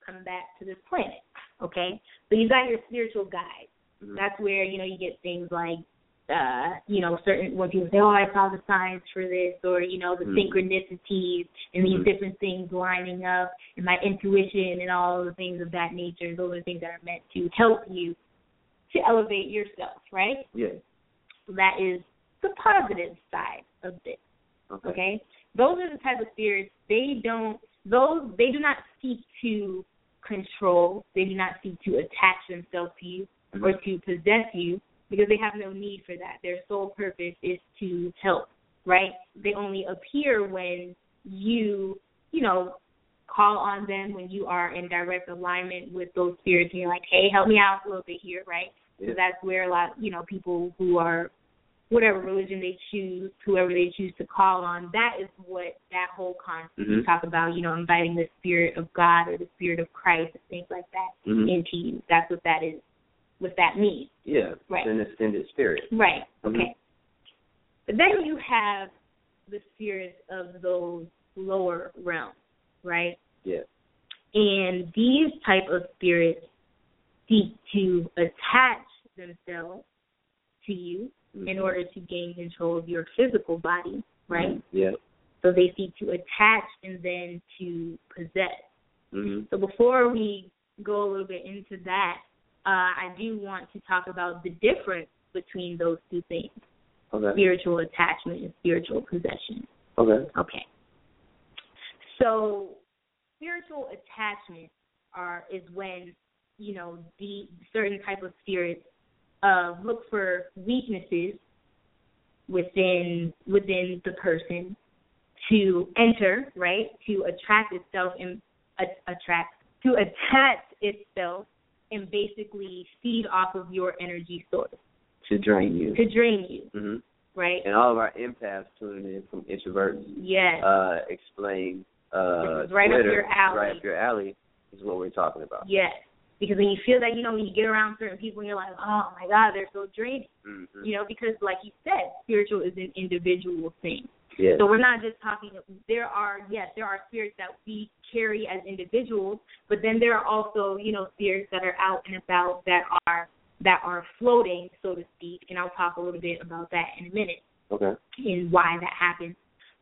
come back to this planet. Okay? So you got your spiritual guide.
Mhm.
That's where, you know, you get things like uh, you know, certain when people say, Oh, I saw the signs for this or, you know, the
Mhm.
synchronicities and these
Mhm.
different things lining up and my intuition and all the things of that nature, those are things that are meant to help you to elevate yourself, right?
Yeah.
That is the positive side of this
Okay.
okay those are the type of spirits they don't those they do not seek to control they do not seek to attach themselves to you
Mm-hmm.
or to possess you because they have no need for that their sole purpose is to help right they only appear when you you know call on them when you are in direct alignment with those spirits and you're like hey help me out a little bit here right
Yeah.
so that's where a lot you know people who are whatever religion they choose, whoever they choose to call on, that is what that whole concept
Mhm.
talk about, you know, inviting the spirit of God or the spirit of Christ and things like that
Mhm.
into you. That's what that is what that means.
Yeah.
Right.
It's an extended spirit.
Right.
Mhm.
Okay. But then you have the spirits of those lower realms, right?
Yeah.
and these type of spirits seek to attach themselves to you in
Mhm.
order to gain control of your physical body, right?
Yeah.
So they seek to attach and then to possess.
Mhm.
So before we go a little bit into that, uh, I do want to talk about the difference between those two things:
Okay.
spiritual attachment and spiritual possession.
Okay.
Okay. So spiritual attachment are is when you know the certain type of spirits uh, look for weaknesses within within the person to enter right to attract itself and a- attract to attach itself and basically feed off of your energy source
To drain you.
to drain you
Mhm.
right
And all of our empaths tuning in from introverts
yes
uh, explain uh,
This is right up
Twitter,
your alley.
Right up your alley is what we're talking about.
Yes. Because when you feel that, you know, when you get around certain people and you're like, oh my God, they're so draining.
Mm-hmm.
You know, because like you said, spiritual is an individual thing.
Yes.
So we're not just talking, there are, yes, there are spirits that we carry as individuals, but then there are also, you know, spirits that are out and about that are, that are floating, so to speak. And I'll talk a little bit about that in a minute
okay.
and why that happens.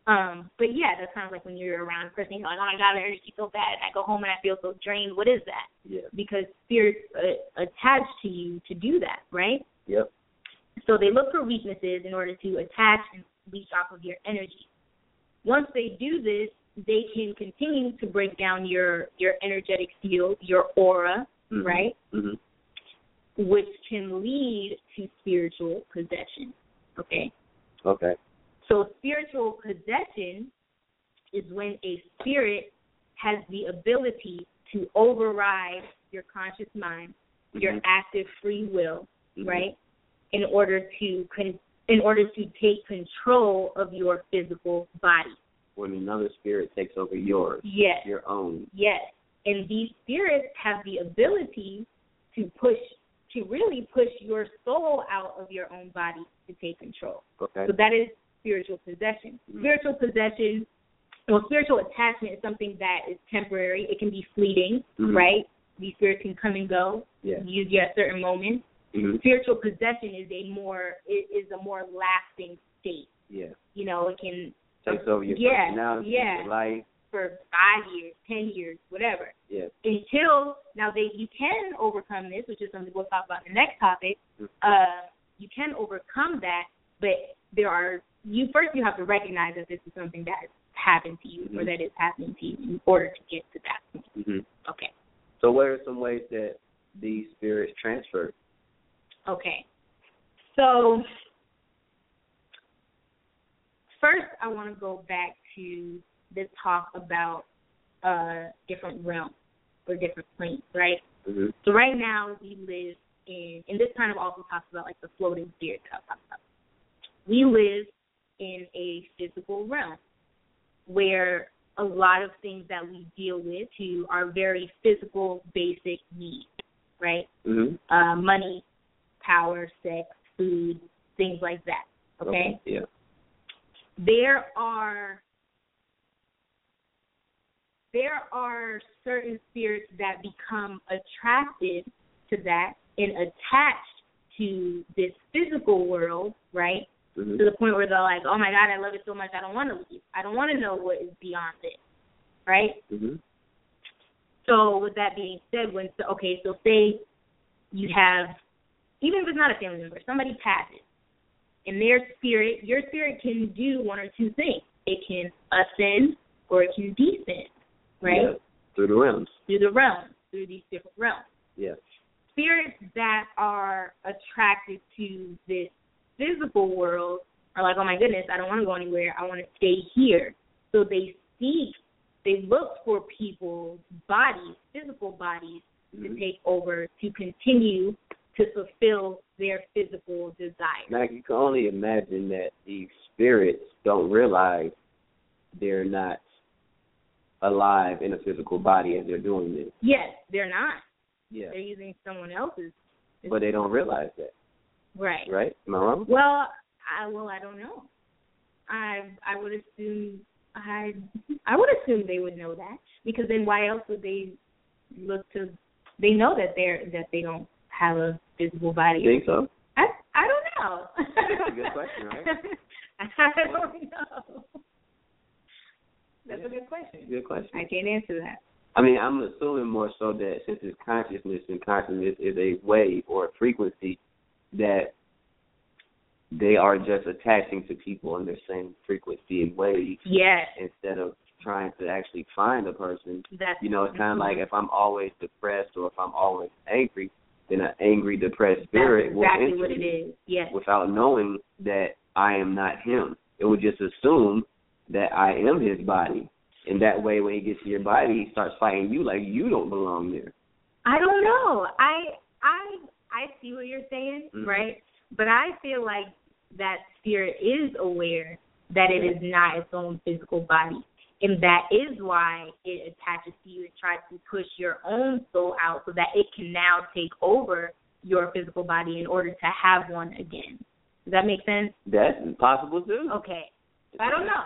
Um, but yeah, that's kind of like when you're around a person, you're like, oh my God, I energy so bad. And I go home and I feel so drained. What is that?
Yeah.
because spirits uh, attach to you to do that, right?
Yep.
So they look for weaknesses in order to attach and leech off of your energy. Once they do this, they can continue to break down your your energetic field, your aura,
Mhm.
right?
Mhm.
Which can lead to spiritual possession. Okay.
Okay.
So spiritual possession is when a spirit has the ability to override your conscious mind, your
Mhm.
active free will,
Mhm.
right? In order to con- in order to take control of your physical body.
Mm-hmm. When another spirit takes over yours,
Yes.
your own.
Yes. And these spirits have the ability to push to really push your soul out of your own body to take control.
Okay.
So that is spiritual possession. Spiritual possession well, spiritual attachment is something that is temporary. It can be fleeting,
Mhm.
right? These spirits can come and go.
Mm-hmm. Yeah.
You get a certain moment.
Mhm.
Spiritual possession is a more i- is a more lasting state.
Yeah.
You know, it can
Takes over your
Yeah,
personality,
yeah.
your life.
for five years, ten years, whatever.
Yeah.
Until now, they you can overcome this, which is something we'll talk about in the next topic.
Mhm.
Uh, you can overcome that, but there are you first you have to recognize that this is something that has happened to you or
Mhm.
that is happening to you in order to get to that point.
hmm
Okay.
So what are some ways that these spirits transfer?
Okay. So first I want to go back to this talk about uh different realms or different planes, right?
hmm
So right now we live in and this kind of also talks about like the floating spirit that I talked about. We live in a physical realm where a lot of things that we deal with who are very physical basic needs, right?
hmm
uh, money, power, sex, food, things like that. Okay?
Yeah.
There are there are certain spirits that become attracted to that and attached to this physical world, right?
hmm
to the point where they're like, "Oh my God, I love it so much, I don't want to leave. I don't want to know what is beyond this." Right?
hmm
So with that being said, when so okay, so say you have even if it's not a family member, somebody passes, and their spirit, your spirit can do one or two things. It can ascend or it can descend, right?
Yeah. Through the realms.
Through the realms, through these different realms.
Yeah.
Spirits that are attracted to this physical world are like, oh my goodness, I don't want to go anywhere. I want to stay here. So they seek, they look for people's bodies, physical bodies, to
Mhm.
take over to continue to fulfill their physical desire.
Now you can only imagine that these spirits don't realize they're not alive in a physical body as they're doing this.
Yes, they're not.
Yeah.
They're using someone else's.
But they don't realize that,
Right.
right? Am I wrong?
Well, I well I don't know. I I would assume I I would assume they would know that because then why else would they look to? They know that they're that they don't have a physical body.
You think so?
I I don't know.
a good question, right?
I don't know. That's a good question.
Good question.
I can't answer that.
I mean, I'm assuming more so that since it's consciousness and consciousness is a wave or a frequency that they are just attaching to people in their same frequency and wave
Yes,
instead of trying to actually find a person.
that's
You know, it's kind of
Mm-hmm.
like if I'm always depressed or if I'm always angry, then an angry, depressed spirit
that's
will
exactly
enter
what it
me
is. Yes,
without knowing that I am not him. It would just assume that I am his body. And that way when he gets to your body he starts fighting you like you don't belong there.
I don't know. I I I see what you're saying,
Mhm.
right? But I feel like that spirit is aware that it is not its own physical body. And that is why it attaches to you and tries to push your own soul out so that it can now take over your physical body in order to have one again. Does that make sense?
That's impossible too.
Okay. I don't know.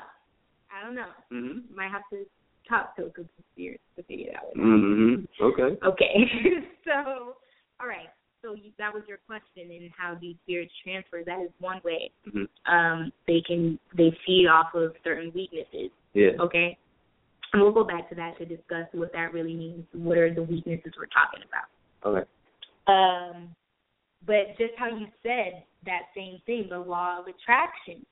I don't know.
Mhm.
Might have to talk to a group of spirits to figure that one out.
Mhm. Okay.
Okay. so, all right. So you, that was your question, and how these spirits transfer. That is one way.
Mhm.
Um, they can they feed off of certain weaknesses.
Yeah.
Okay. And we'll go back to that to discuss what that really means. What are the weaknesses we're talking about?
Okay.
Um, but just how you said that same thing, the law of attraction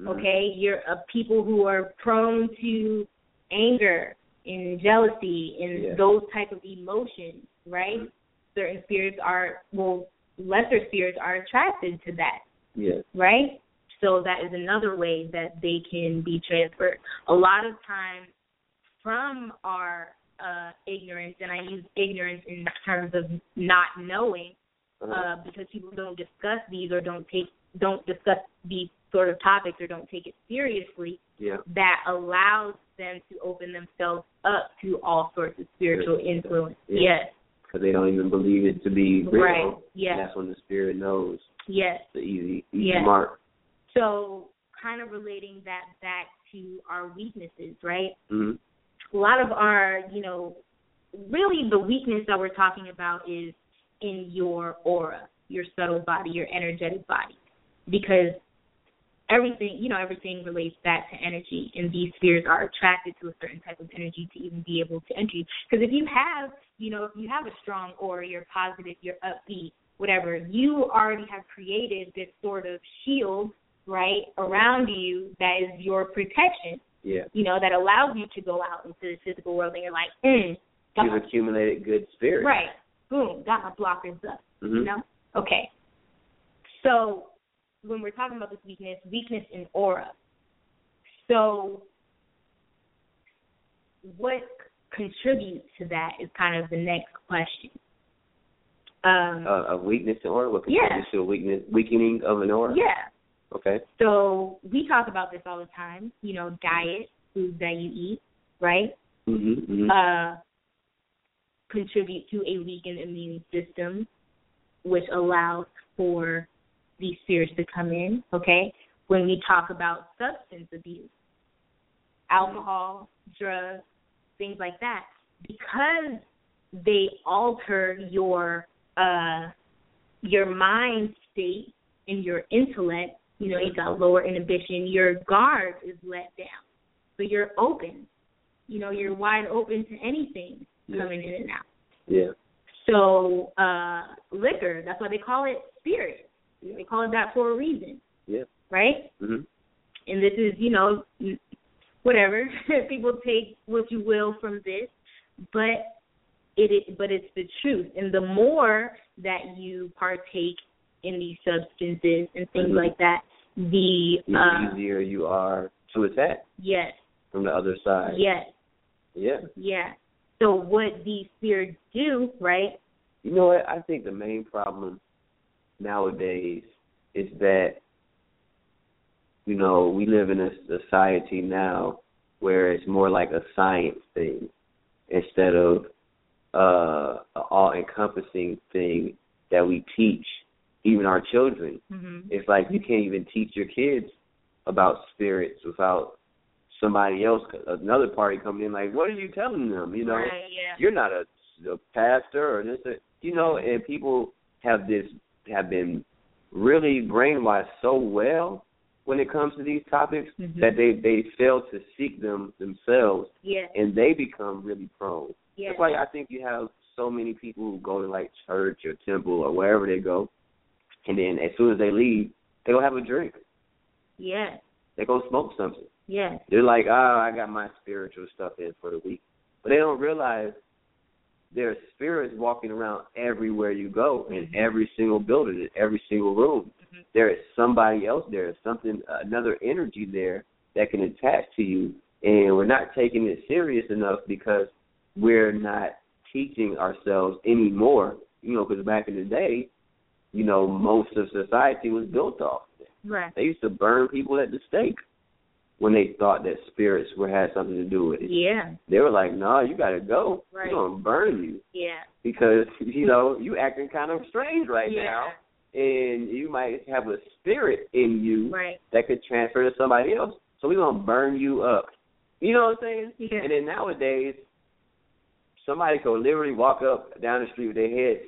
Mhm.
okay you're uh, people who are prone to anger and jealousy and
Yeah.
those type of emotions right certain spirits are well lesser spirits are attracted to that
Yeah.
right so that is another way that they can be transferred a lot of times from our uh ignorance and i use ignorance in terms of not knowing
Uh-huh.
uh, because people don't discuss these or don't take don't discuss these sort of topics or don't take it seriously
yeah.
that allows them to open themselves up to all sorts of spiritual
Spiritual
influence.
yeah.
Yes,
Cuz they don't even believe it to be real.
right. Yes,
That's when the spirit knows
yes.
the easy easy
Yeah.
mark.
So kind of relating that back to our weaknesses, right?
hmm
a lot of our, you know, really the weakness that we're talking about is in your aura, your subtle body, your energetic body, because everything, you know, everything relates back to energy, and these spheres are attracted to a certain type of energy to even be able to enter you. Because if you have, you know, if you have a strong aura, you're positive, you're upbeat, whatever, you already have created this sort of shield, right, around you that is your protection
Yeah.
you know, that allows you to go out into the physical world and you're like, mm, got
You've
my-
accumulated good spirit.
right, boom, got my blockers up,
hmm
you know? Okay. So when we're talking about this weakness, weakness in aura. So what contributes to that is kind of the next question. Um,
A, a weakness in aura. What
Yeah.
contributes to a weakness, weakening of an aura?
yeah.
Okay.
So we talk about this all the time, you know, diet, foods that you eat, right?
Mm-hmm.
uh, contribute to a weakened immune system, which allows for these spirits to come in. Okay, when we talk about substance abuse, alcohol, drugs, things like that, because they alter your uh, your mind state and your intellect. You know, you got lower inhibition. Your guard is let down, so you're open you know you're wide open to anything
Yeah.
coming in and out
Yeah.
so uh liquor that's why they call it spirit
Yeah.
they call it that for a reason
Yeah.
right
hmm
and this is you know whatever people take what you will from this but it is but it's the truth and the more that you partake in these substances and things
Mhm.
like that the
The
uh
easier you are to attack
yes
from the other side.
yes
Yeah.
yeah so what these spirits do right
You know what? I think the main problem nowadays is that you know we live in a society now where it's more like a science thing instead of uh an all encompassing thing that we teach even our children
hmm
it's like you can't even teach your kids about spirits without somebody else another party coming in like what are you telling them you know
Right, yeah.
you're not a, a pastor or this or, you know and people have this have been really brainwashed so well when it comes to these topics
Mhm.
that they they fail to seek them themselves
Yeah,
and they become really prone
yeah.
that's why i think you have so many people who go to like church or temple or wherever they go and then as soon as they leave they go have a drink
yeah,
they go smoke something
yeah,
they're like, oh, I got my spiritual stuff in for the week. But they don't realize there are spirits walking around everywhere you go, in
Mhm.
every single building, in every single room.
Mhm.
There is somebody else there, something, another energy there that can attach to you. And we're not taking it serious enough because we're not teaching ourselves anymore. You know, because back in the day, you know, most of society was built off of that.
Right.
They used to burn people at the stake when they thought that spirits were had something to do with it.
Yeah,
They were like, "No, you got to go.
Right.
We're gonna burn you
yeah,
because you know you acting kind of strange right
yeah.
now, and you might have a spirit in you
Right.
that could transfer to somebody else. So we're gonna burn you up. You know what I'm saying?
Yeah.
And then nowadays, somebody could literally walk up down the street with their head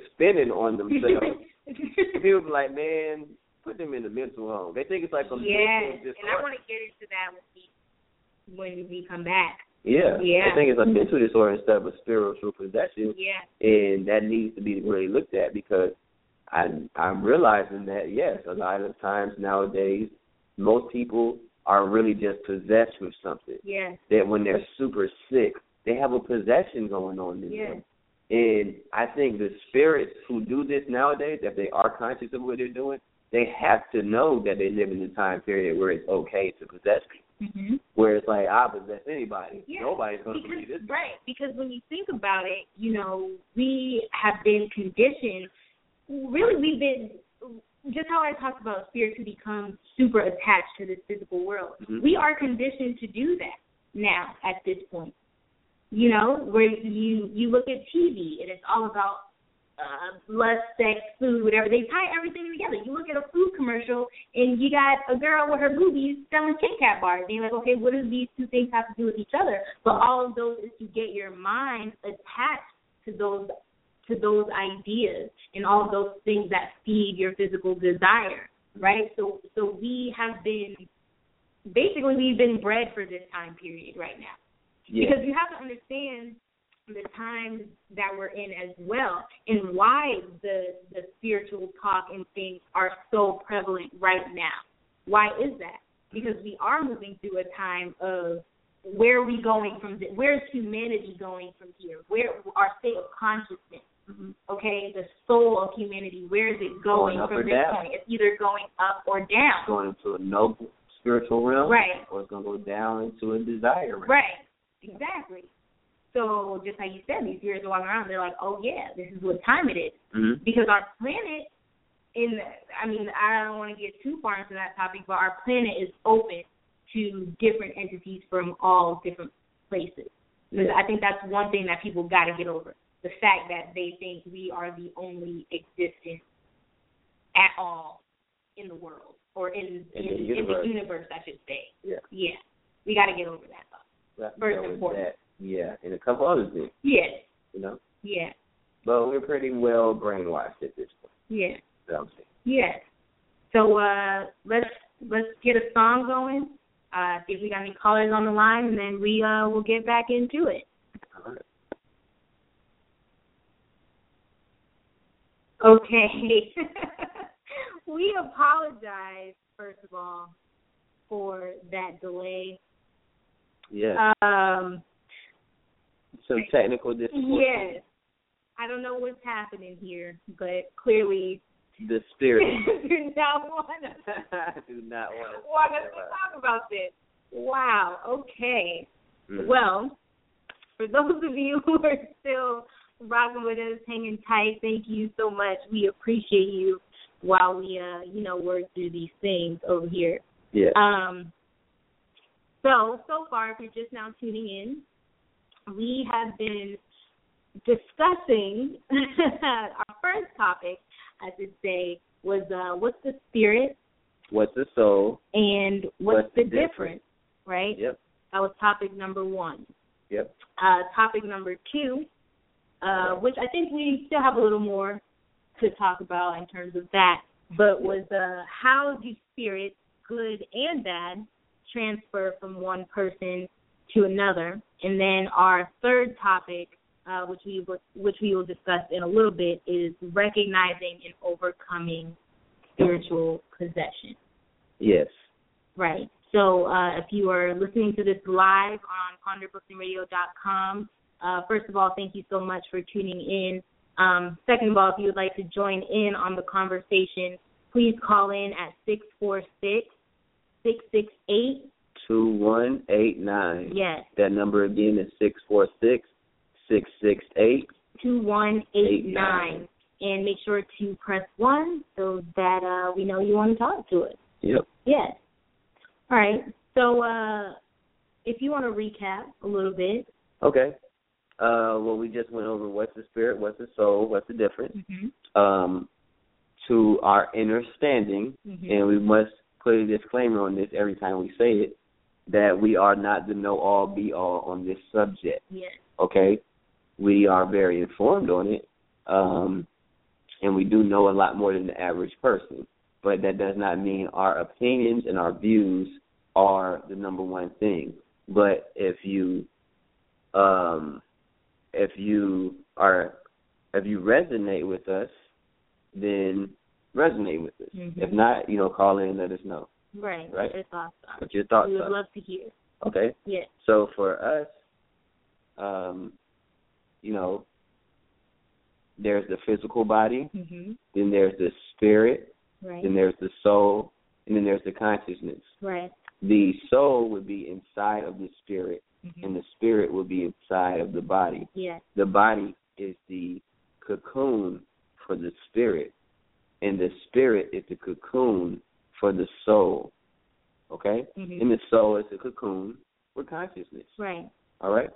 spinning on themselves. And people be like, man, put them in the mental home. They think it's like a
yes,
mental
and I
disorder.
want to get into that when we when we come back.
yeah.
Yeah. Mm-hmm.
They think it's a mental disorder instead of a spiritual possession,
Yeah,
and that needs to be really looked at because I I'm realizing that yes, a lot of times nowadays, most people are really just possessed with something.
yeah,
That when they're super sick, they have a possession going on in
yeah,
them. And I think the spirits who do this nowadays, if they are conscious of what they're doing, they have to know that they live in a time period where it's okay to possess people.
mm-hmm.
Where it's like I possess anybody.
Yeah,
Nobody's gonna believe this.
because right because when you think about it, you know we have been conditioned. Really, we've been just how I talked about spirits who become super attached to this physical world.
Mhm.
We are conditioned to do that now at this point. You know, where you you look at TV and it's all about uh, lust, sex, food, whatever. They tie everything together. You look at a food commercial and you got a girl with her boobies selling Kit Kat bars. And you're like, okay, what do these two things have to do with each other? But all of those is to get your mind attached to those to those ideas and all of those things that feed your physical desire, right? So so we have been basically we've been bred for this time period right now.
Yeah.
Because you have to understand the times that we're in as well and why the the spiritual talk and things are so prevalent right now. Why is that? Because we are moving through a time of where are we going from th- where is humanity going from here? Where our state of consciousness, okay, the soul of humanity, where is it going,
Mm-hmm. Going up or
from this
down.
point? It's either going up or down.
going into a noble spiritual realm,
Right.
or it's gonna go down into a desire realm.
Right. Exactly. So just like you said, these years walking around, they're like, oh yeah, this is what time it is
Mhm.
because our planet. In I mean, I don't want to get too far into that topic, but our planet is open to different entities from all different places. 'Cause I think that's one thing that people got to get over the fact that they think we are the only existence at all in the world or in
In
in,
the universe.
universe, I should say.
Yeah.
Yeah. We got to get over that. Though.
That-
First
that
and
was
foremost.
that. Yeah, and a couple other things,
Yes.
you know.
Yeah.
But we're pretty well brainwashed at this point.
Yeah.
is what I'm saying.
Yeah. So uh let's let's get a song going. Uh see if we got any callers on the line and then we uh will get back into it.
All right.
Okay. we apologize first of all for that delay.
Yeah.
Um
Some technical difficulties.
yes. I don't know what's happening here, but clearly
The spirit
you're not one of us.
do not want
want us to talk about this. Wow. Okay.
to. Mm.
Well, for those of you who are still rocking with us, hanging tight, thank you so much. We appreciate you while we, uh, you know, work through these things over here.
yeah.
Um, so, so far, if you're just now tuning in, we have been discussing our first topic, I should say, was uh, what's the spirit
What's the soul?
and what's,
What's
the,
the
difference,
difference?
right?
Yep.
That was topic number one.
Yep.
Uh, topic number two, uh, which I think we still have a little more to talk about in terms of that, but was uh, how do spirits, good and bad, transfer from one person to another? And then our third topic, uh, which we will- which we will discuss in a little bit, is recognizing and overcoming spiritual possession.
Yes.
Right. So uh, if you are listening to this live on ponderbookandradio.com, uh, first of all, thank you so much for tuning in. Um, second of all, if you would like to join in on the conversation, please call in at 646 668.
Two one eight nine.
Yes,
That number again is six four six six six eight
2189. And make sure to press 1 so that uh, we know you want to talk to us.
Yep.
Yes. All right. So uh, if you want to recap a little bit.
Okay. Uh, well, we just went over what's the spirit, what's the soul, what's the difference
Mm-hmm.
um, to our understanding,
Mm-hmm.
and we must put a disclaimer on this every time we say it that we are not the know all be all on this subject.
Yes.
Okay, we are very informed on it, um, and we do know a lot more than the average person. But that does not mean our opinions and our views are the number one thing. But if you um, if you are if you resonate with us, then resonate with us.
Mhm.
If not, you know, call in and let us know
Right.
Right?
That's awesome.
what your thoughts
We would
are.
love to hear.
okay.
Yes.
So for us, um, you know, there's the physical body,
Mhm.
then there's the spirit,
Right.
then there's the soul, and then there's the consciousness.
Right.
The soul would be inside of the spirit, and
Mhm.
the spirit would be inside of the body.
Yes.
The body is the cocoon for the spirit, and the spirit is the cocoon for the soul. Okay?
Mhm.
And the soul is the cocoon for consciousness.
Right.
All right.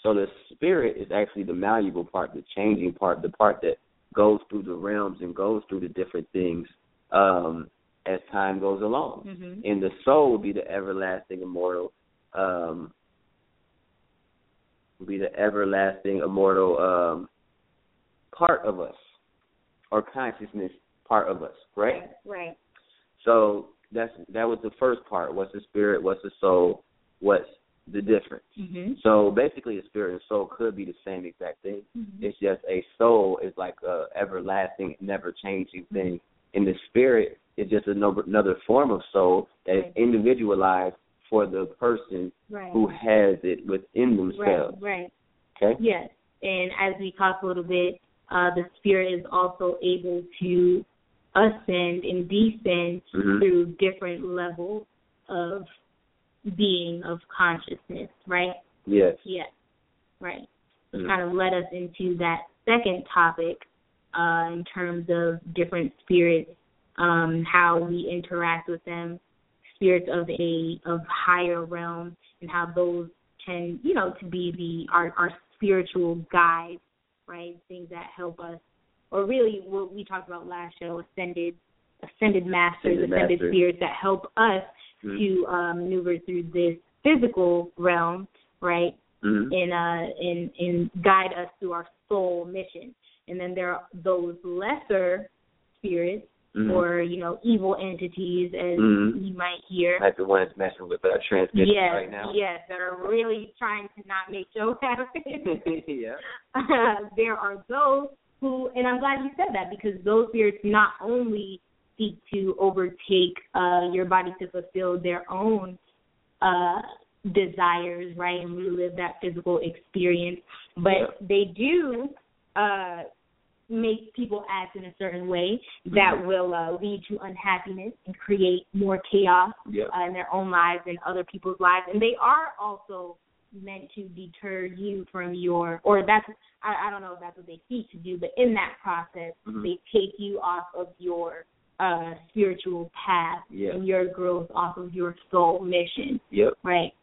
So the spirit is actually the malleable part, the changing part, the part that goes through the realms and goes through the different things um, as time goes along.
Mm-hmm.
And the soul will be the everlasting immortal, um, will be the everlasting immortal um, part of us, or consciousness part of us, right?
Right.
So that's that was the first part. What's the spirit? What's the soul? What's the difference?
Mhm.
So basically, the spirit and soul could be the same exact thing.
Mhm.
It's just a soul is like a everlasting, never changing thing,
Mm-hmm.
and the spirit is just another another form of soul that is
Right.
individualized for the person
Right.
who has it within
Right.
themselves.
Right.
Okay.
Yes. And as we talked a little bit, uh, the spirit is also able to ascend and descend
Mhm.
through different levels of being of consciousness, right?
Yes.
Yes. Right. Which
Mhm.
kind of led us into that second topic uh, in terms of different spirits, um, how we interact with them, spirits of a of higher realm, and how those can you know to be the our our spiritual guides, right? Things that help us, or really what we talked about last show, ascended ascended masters,
Ascended
ascended
masters.
spirits that help us
Mhm.
to uh, maneuver through this physical realm, right?
Mhm.
and uh and and guide us through our soul mission. And then there are those lesser spirits
Mhm.
or you know evil entities as
Mhm.
you might hear.
Like the ones messing with our transmission
yes,
right now.
yes, that are really trying to not make show happen.
yeah.
uh, there are those who, and I'm glad you said that because those spirits not only seek to overtake uh, your body to fulfill their own uh, desires, right, and relive that physical experience, but
Yeah.
they do uh, make people act in a certain way that
Mhm.
will uh, lead to unhappiness and create more chaos
Yeah.
uh, in their own lives and other people's lives, and they are also meant to deter you from your or that's I, I don't know if that's what they seek to do, but in that process
Mhm.
they take you off of your uh spiritual path
Yeah.
and your growth off of your soul mission,
Yep.
right?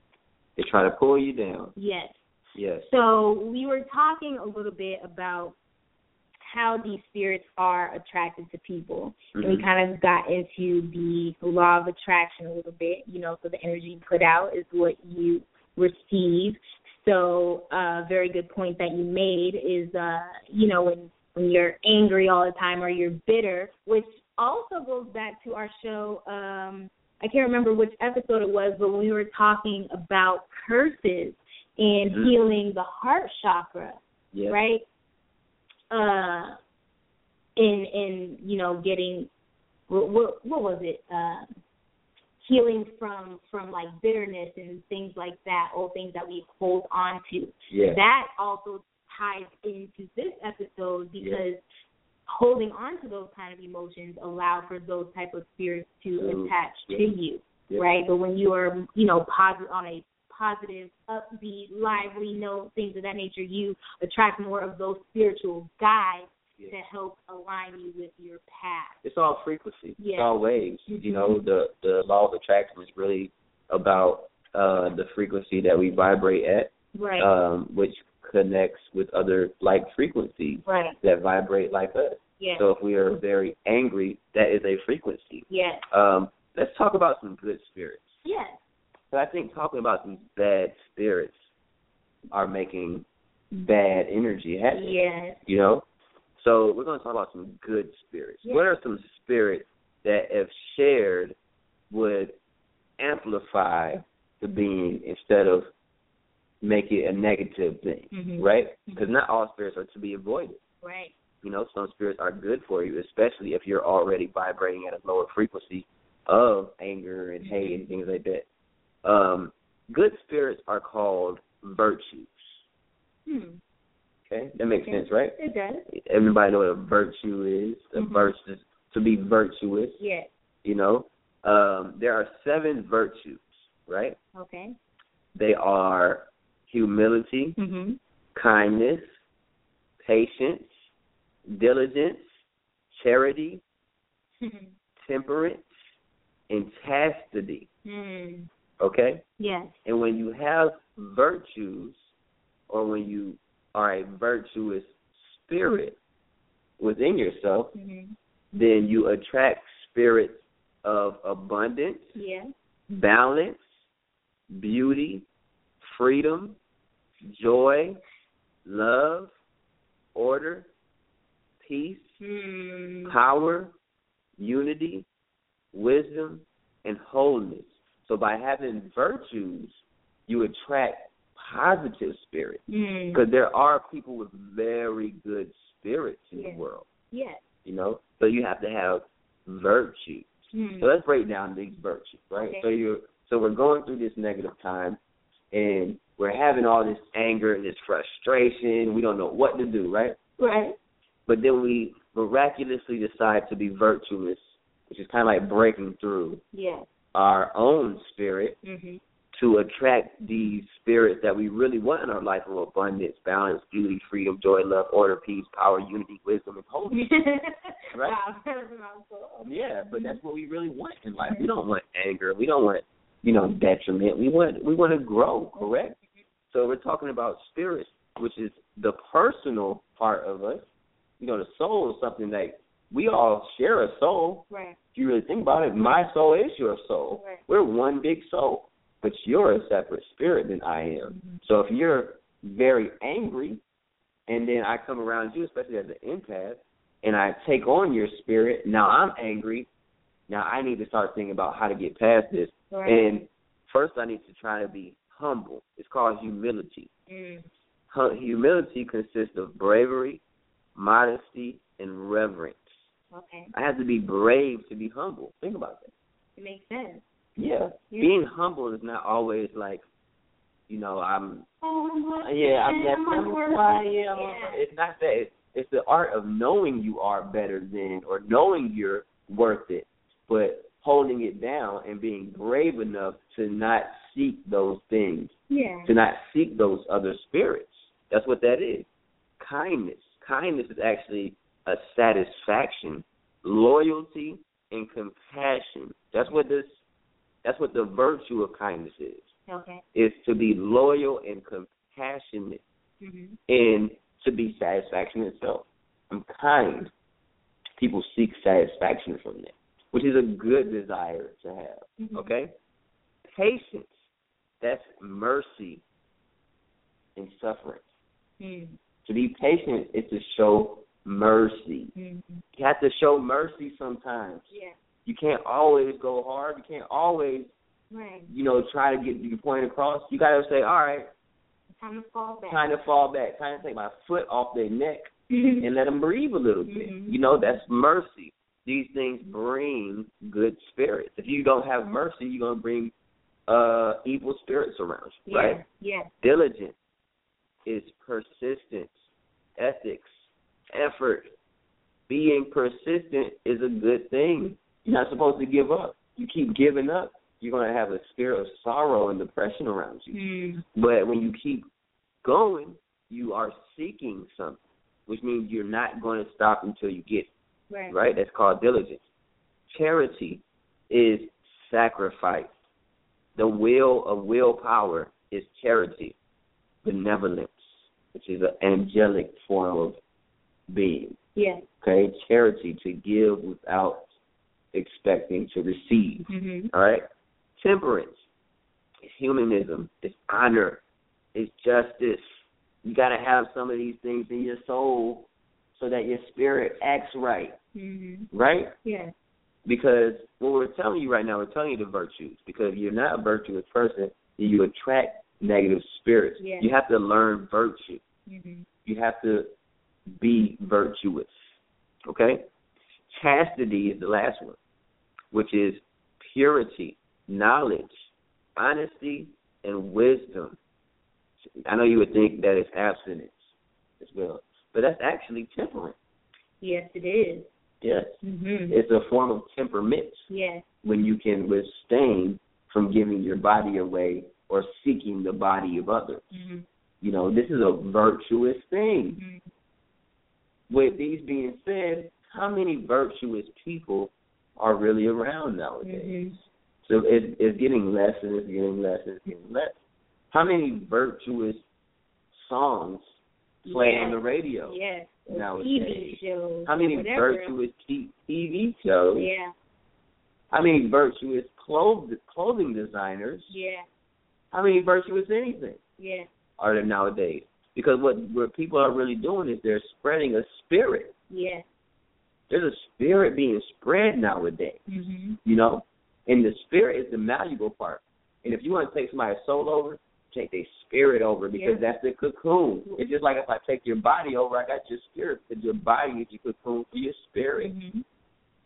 They try to pull you down.
Yes.
Yes.
So we were talking a little bit about how these spirits are attracted to people and we
Mhm.
kind of got into the law of attraction a little bit. You know, so the energy you put out is what you receive. So, a uh, very good point that you made is, uh, you know, when when you're angry all the time or you're bitter, which also goes back to our show. Um, I can't remember which episode it was, but we were talking about curses and
Mhm.
healing the heart chakra
Yes.
right? Uh, in in you know getting what what, what was it? Uh, healing from from like bitterness and things like that, old things that we hold on to.
Yes.
That also ties into this episode because. Holding on to those kind of emotions allow for those type of spirits to
To-
attach to
yeah.
you,
Yeah.
right? But when you are, you know, positive on a positive, upbeat, lively note, things of that nature, you attract more of those spiritual guides
Yeah.
to help align you with your path.
It's all frequency.
Yeah.
It's all waves.
Mhm.
You know, the the law of attraction is really about uh the frequency that we vibrate at,
Right.
um, which connects with other like frequencies
right.
that vibrate like us.
Yes.
So if we are very angry, that is a frequency.
yes.
Um, let's talk about some good spirits.
Yes.
But I think talking about some bad spirits are making bad energy happen.
Yes.
you know. So we're going to talk about some good spirits.
Yeah.
What are some spirits that, if shared, would amplify the being instead of make it a negative thing,
Mhm.
right? Because not all spirits are to be avoided.
Right.
You know, some spirits are good for you, especially if you're already vibrating at a lower frequency of anger
Mm-hmm.
and hate and things like that. Um, good spirits are called virtues.
Hmm.
Okay, that makes
Okay.
sense, right?
It does.
everybody know what a virtue is. A
Mhm.
virtue to be virtuous,
Yes.
you know. Um, there are seven virtues, right?
Okay.
They are humility,
Mhm.
kindness, patience, diligence, charity, temperance, and chastity.
mm.
Okay?
Yes.
And when you have virtues or when you are a virtuous spirit, within yourself,
Mm-hmm.
then you attract spirits of abundance,
Yeah.
balance, beauty, freedom, joy, love, order, peace,
Hmm.
power, unity, wisdom, and wholeness. So by having virtues, you attract positive spirits.
Hmm.
Because there are people with very good spirits in
Yeah.
the world,
Yes.
you know. So you have to have virtue.
Hmm.
So let's break down these virtues, right?
Okay.
So you're so we're going through this negative time, and we're having all this anger and this frustration. We don't know what to do, right?
Right.
But then we miraculously decide to be virtuous, which is kind of like breaking through
Yes.
our own spirit
Mhm.
to attract these spirits that we really want in our life of abundance, balance, beauty, freedom, joy, love, order, peace, power, unity, wisdom, and hope.
Wow, that was a mouthful.
Um, Yeah, but that's what we really want in life. We don't want anger. We don't want, you know, detriment. We want we want to grow, correct? So we're talking about spirits, which is the personal part of us. You know, the soul is something that we all share a soul.
Right.
If you really think about it, my soul is your soul.
Right.
We're one big soul, but you're a separate spirit than I am. So if you're very angry, and then I come around you, especially as an empath, and I take on your spirit, now I'm angry. Now I need to start thinking about how to get past this.
Right.
And first, I need to try to be humble. It's called humility.
Mm.
Hu- Humility consists of bravery, modesty, and reverence.
Okay.
I have to be brave to be humble. Think about that.
It makes sense.
Yeah.
Yeah.
Being humble is not always like, you know, I'm
Oh, I'm not-
Yeah, I'm
and
that
on
I'm
work.
fly, yeah, I'm on
Yeah.
work. It's not that. It's, it's the art of knowing you are better than or knowing you're worth it, but holding it down and being brave enough to not seek those things,
Yeah.
to not seek those other spirits. That's what that is. Kindness. Kindness is actually a satisfaction, loyalty, and compassion. That's what this. That's what the virtue of kindness is
Okay.
is to be loyal and compassionate
Mhm.
and to be satisfaction itself. I'm kind. People seek satisfaction from that, which is a good desire to have.
Mhm.
Okay? Patience. That's mercy and suffering.
Mm.
To be patient is to show mercy.
Mhm.
You have to show mercy sometimes.
Yeah.
You can't always go hard. You can't always,
Right.
you know, try to get your point across. You got to say, all right,
Time to fall back.
kind of fall back, kind of take my foot off their neck
Mhm.
and let them breathe a little bit.
Mhm.
You know, that's mercy. These things bring good spirits. If you don't have mercy, you're gonna bring uh evil spirits around you,
yeah.
right?
Yeah.
Diligence is persistence, ethics, effort. Being persistent is a good thing. You're not supposed to give up. You keep giving up, you're gonna have a spirit of sorrow and depression around you.
Mm.
But when you keep going, you are seeking something, which means you're not going to stop until you get it,
Right.
right? That's called diligence. Charity is sacrifice. The will of willpower is charity, benevolence, which is an angelic form of being.
Yeah.
Okay? Charity, to give without expecting to receive.
Mhm.
All right? Temperance is humanism, it's honor, it's justice. You got to have some of these things in your soul so that your spirit acts right,
Mhm.
right?
Yeah.
Because what we're telling you right now, we're telling you the virtues. Because if you're not a virtuous person, then you attract negative spirits.
Yeah.
You have to learn virtue,
Mhm.
you have to be virtuous, okay? Chastity is the last one which is purity, knowledge, honesty, and wisdom. I know you would think that it's abstinence as well, but that's actually temperance.
Yes, it is.
Yes.
Mhm.
It's a form of temperament
Yes.
when you can withstand from giving your body away or seeking the body of others.
Mhm.
You know, this is a virtuous thing.
Mhm.
With these being said, how many virtuous people are really around nowadays?
Mhm.
So it, it's getting less and it's getting less and it's getting less. How many virtuous songs play on the radio?
Yes. or
nowadays.
TV shows.
How many
or whatever.
virtuous t- TV shows?
Yeah,
How many virtuous clothes, clothing designers?
yeah,
How many virtuous anything
yeah,
are there nowadays? Because what what people are really doing is they're spreading a spirit.
yeah.
There's a spirit being spread nowadays.
Mhm.
you know. And the spirit is the malleable part. And if you want to take somebody's soul over, take their spirit over because
Yeah.
that's the cocoon. It's just like if I take your body over, I got your spirit. Because your body is your cocoon for your spirit,
Mhm.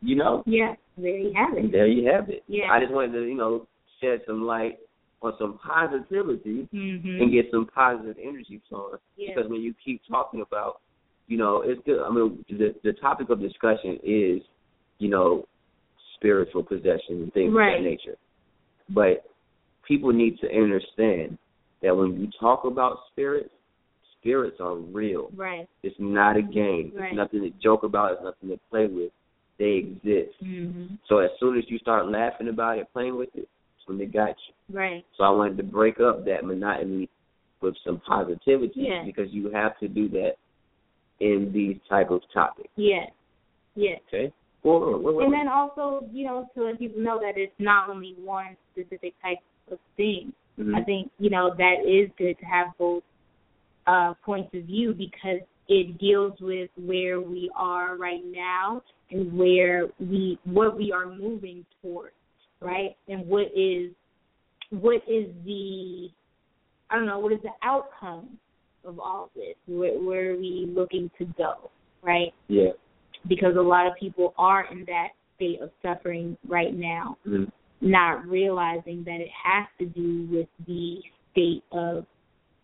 you know.
Yeah, there you have
And
it.
there you have it.
Yeah.
I just wanted to, you know, shed some light on some positivity
Mhm.
and get some positive energy flowing.
Yeah.
Because when you keep talking about, you know, it's good. I mean, the the topic of discussion is, you know, spiritual possession and things
Right.
of that nature. But people need to understand that when you talk about spirits, spirits are real.
Right.
It's not a game.
Right.
It's nothing to joke about. It's nothing to play with. They exist.
Mhm.
So as soon as you start laughing about it, playing with it, it's when they got you.
Right.
So I wanted to break up that monotony with some positivity
Yeah.
because you have to do that in these type of topics.
Yeah. Yeah.
Okay. Or, or- or-
And then also, you know, to let people know that it's not only one specific type of thing.
Mhm.
I think, you know, that is good to have both uh points of view because it deals with where we are right now and where we what we are moving towards, right? And what is what is the I don't know, what is the outcome of all this? Where, where are we looking to go, right?
yeah.
because a lot of people are in that state of suffering right now,
Mhm.
not realizing that it has to do with the state of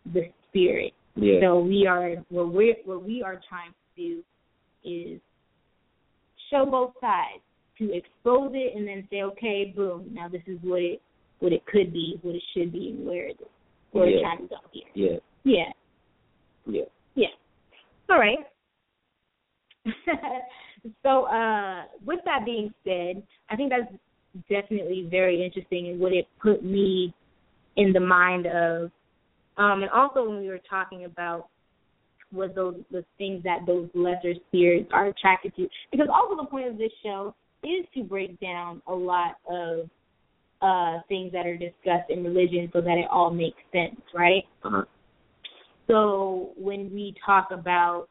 the spirit.
Yeah.
So we are what we what we are trying to do is show both sides to expose it and then say, okay, boom, now this is what it what it could be, what it should be, and where it is, where it's
Yeah.
trying to go here.
yeah.
Yeah.
Yeah.
All right. so, uh, with that being said, I think that's definitely very interesting and what it put me in the mind of. Um, and also, when we were talking about what those the things that those lesser spirits are attracted to, because also the point of this show is to break down a lot of uh, things that are discussed in religion so that it all makes sense, right?
Uh-huh.
So when we talk about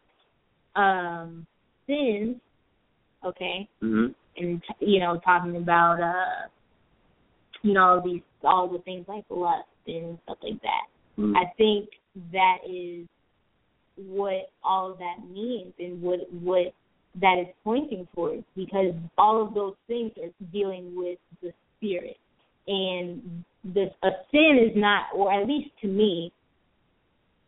um sins, okay,
Mhm.
and you know talking about uh you know these all the things like lust and stuff like that.
Mhm.
I think that is what all of that means and what what that is pointing towards because all of those things are dealing with the spirit and this a sin is not or at least to me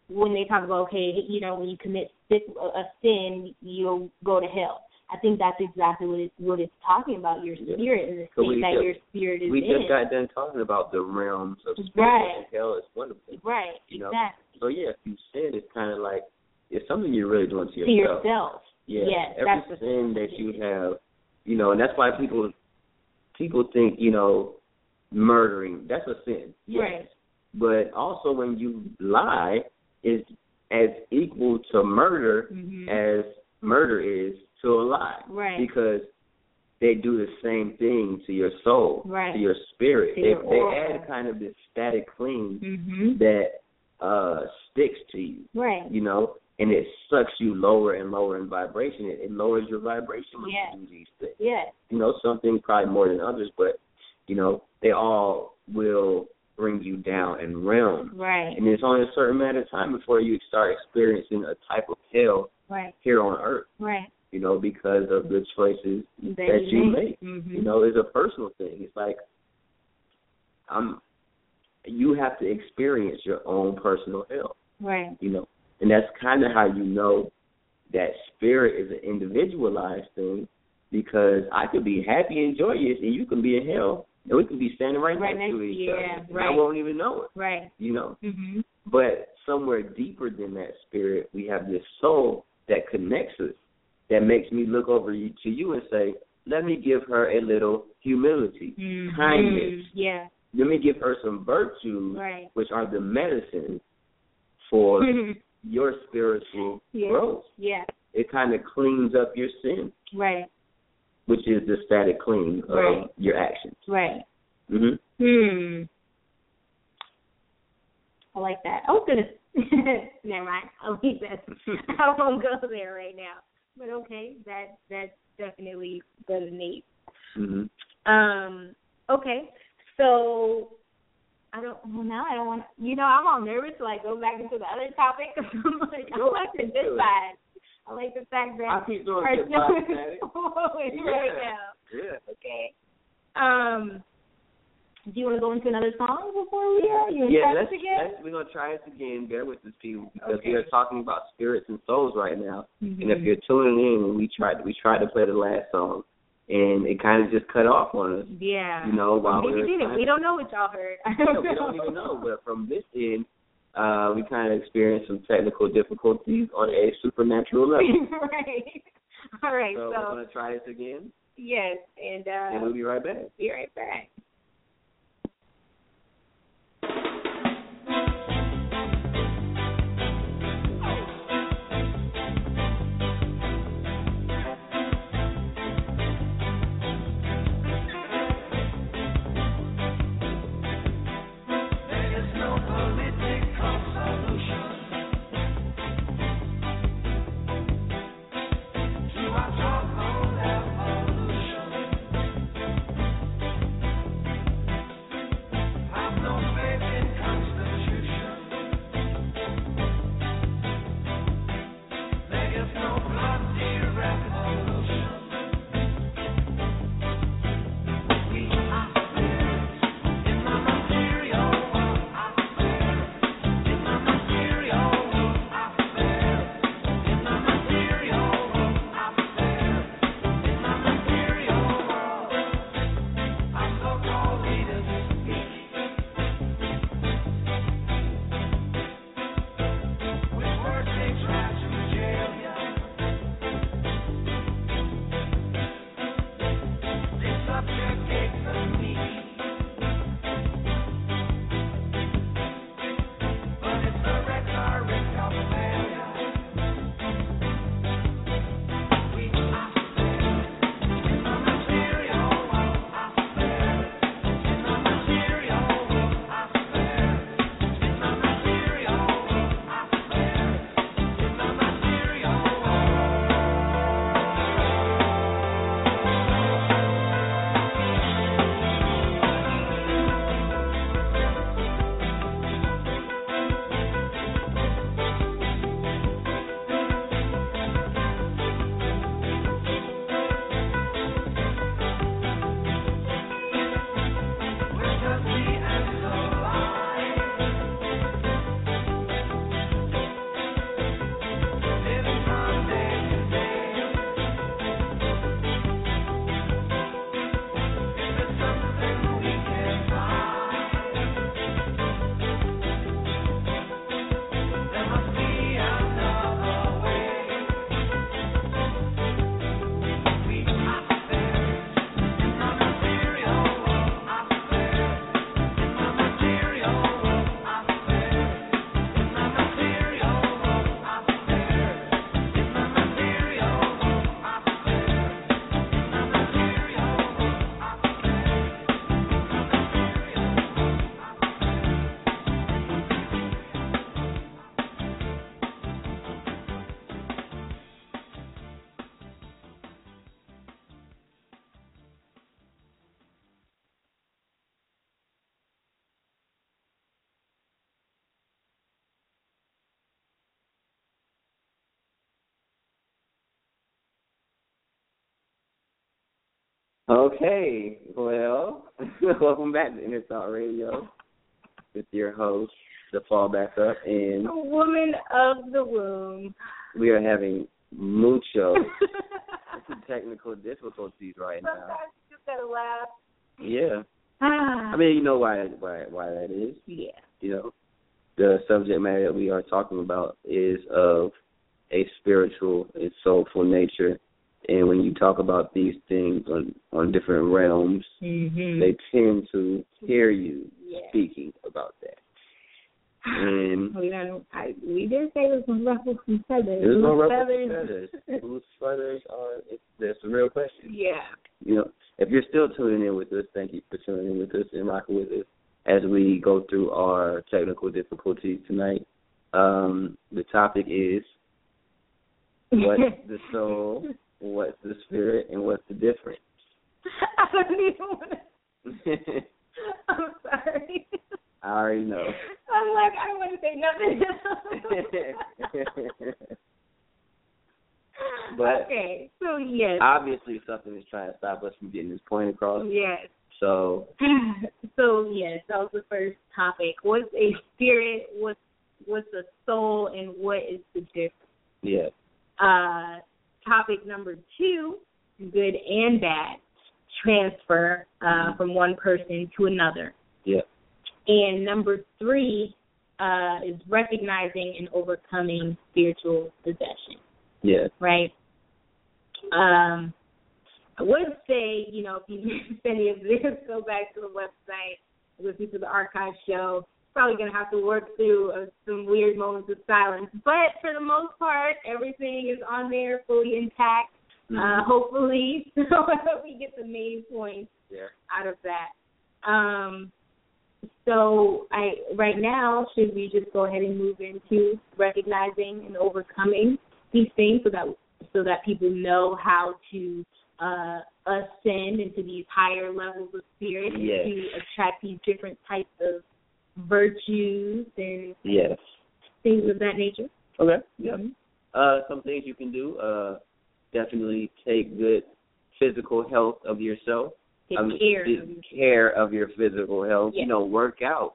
when they talk about okay you know when you commit si- a a sin you'll go to hell i think that's exactly what it what it's talking about your
Yeah.
spirit and the
So we
state that
just-
your spirit is
We
in
just got done talking about the realms of spirit
Right.
and hell is one of them.
right
you know,
exactly
So yeah, if you sin, it's kind of like it's something you're really doing to
to
yourself.
yourself
Yeah,
Yes,
every
that's the-
sin that you have, you know, and that's why people people think you know murdering that's a sin. Yes.
right
But also when you lie is as equal to murder
hmm
as murder is to a lie
right
because they do the same thing to your soul,
Right.
to your spirit.
To
they
your
they
aura.
add kind of this static cling
hmm
that uh sticks to you
right
you know, and it sucks you lower and lower in vibration. It, it lowers your vibration when
Yeah.
you do these things.
yeah
You know, some things probably more than others, but you know, they all will bring you down in realm.
right
And it's only a certain amount of time before you start experiencing a type of hell
right
here on earth.
right
You know, because of the choices.
that,
That you make,
hmm
You know, it's a personal thing. It's like I'm. You have to experience your own personal hell
right
you know. And that's kind of how you know that spirit is an individualized thing because I could be happy and joyous, and you can be in hell, and we could be standing right,
Right
next to
next-
each
yeah,
other. And I
right.
won't even know it,
right
you know.
hmm
But somewhere deeper than that spirit, we have this soul that connects us, that makes me look over you, to you and say, let me give her a little humility.
Mhm.
Kindness.
Yeah,
Let me give her some virtues,
right. Hmm.
which are the medicine for your spiritual
yeah,
growth.
yeah,
it kind of cleans up your sin,
Right.
which is the static clean of
Right.
your actions.
Right.
hmm
Hmm. I like that. I was gonna. Never mind. I'll leave that. I won't go there right now. But okay, that that's definitely better than eight.
hmm
Um. Okay. So I don't. Well, now I don't want. to You know, I'm all nervous to like go back into the other topic. I'm like, I like the good side. I like the fact that
I keep doing
our
good
numbers
vibes, Maddie.
right
Yeah.
now.
Yeah.
Okay. Um. Do you want to go into another song before we? Uh, you
Yeah,
want to
let's,
again?
let's we're gonna try this again. Bear with us, people, because
Okay.
we are talking about spirits and souls right now.
Mhm.
And if you're tuning in, and we tried we tried to play the last song, and it kind of just cut off on us,
yeah.
you know, while
Maybe
we were
did
trying-
We don't know what y'all heard.
Yeah, we don't even know. But from this end, uh, we kind of experienced some technical difficulties on a supernatural level.
right. All right.
so we're
so
gonna try this again,
yes, and uh,
and we'll be right back.
be right back.
Okay, well, welcome back to Inner Thought Radio with your host, the Fall Back Up, and
Woman of the womb.
we are having mucho technical difficulties right now.
Sometimes you just gotta laugh.
Yeah,
Ah,
I mean, you know why why why that is.
yeah.
you know, the subject matter that we are talking about is of a spiritual and soulful nature. And when you talk about these things on on different realms,
Mm-hmm.
they tend to hear you
yeah.
speaking about that. And
Um, we don't. I, we did say it was gonna ruffle some feathers.
There's no
Loose
ruffle feathers. Whose feathers are? It's, that's a real question.
Yeah.
You know, if you're still tuning in with us, thank you for tuning in with us and rocking with us as we go through our technical difficulties tonight. Um, the topic is what's the soul, what's the spirit, and what's the difference.
I don't even want to. I'm sorry.
I already know.
I'm like I don't want to say nothing.
But-
okay. So yes.
Obviously, something is trying to stop us from getting this point across.
yes.
So
so yes, that was the first topic. What's a spirit? What's what's a soul? And what is the difference?
yeah,
Uh, topic number two: good and bad transfer uh, from one person to another.
yeah,
And number three uh, is recognizing and overcoming spiritual possession.
yeah.
right? Um, I would say, you know, if you miss any of this, go back to the website, listen to the archive show. Probably going to have to work through uh, some weird moments of silence, but for the most part, everything is on there, fully intact. Uh, hopefully, so we get the main points
Yeah.
out of that. Um, so I right now should we just go ahead and move into recognizing and overcoming these things so that so that people know how to uh, ascend into these higher levels of spirit and
Yes.
to attract these different types of virtues and
Yes.
things of that nature. Mm-hmm.
Okay. Yeah. Uh, some things you can do. Uh, definitely take good physical health of yourself.
Take
I mean,
care.
take care of your physical health.
Yes.
You know, work out,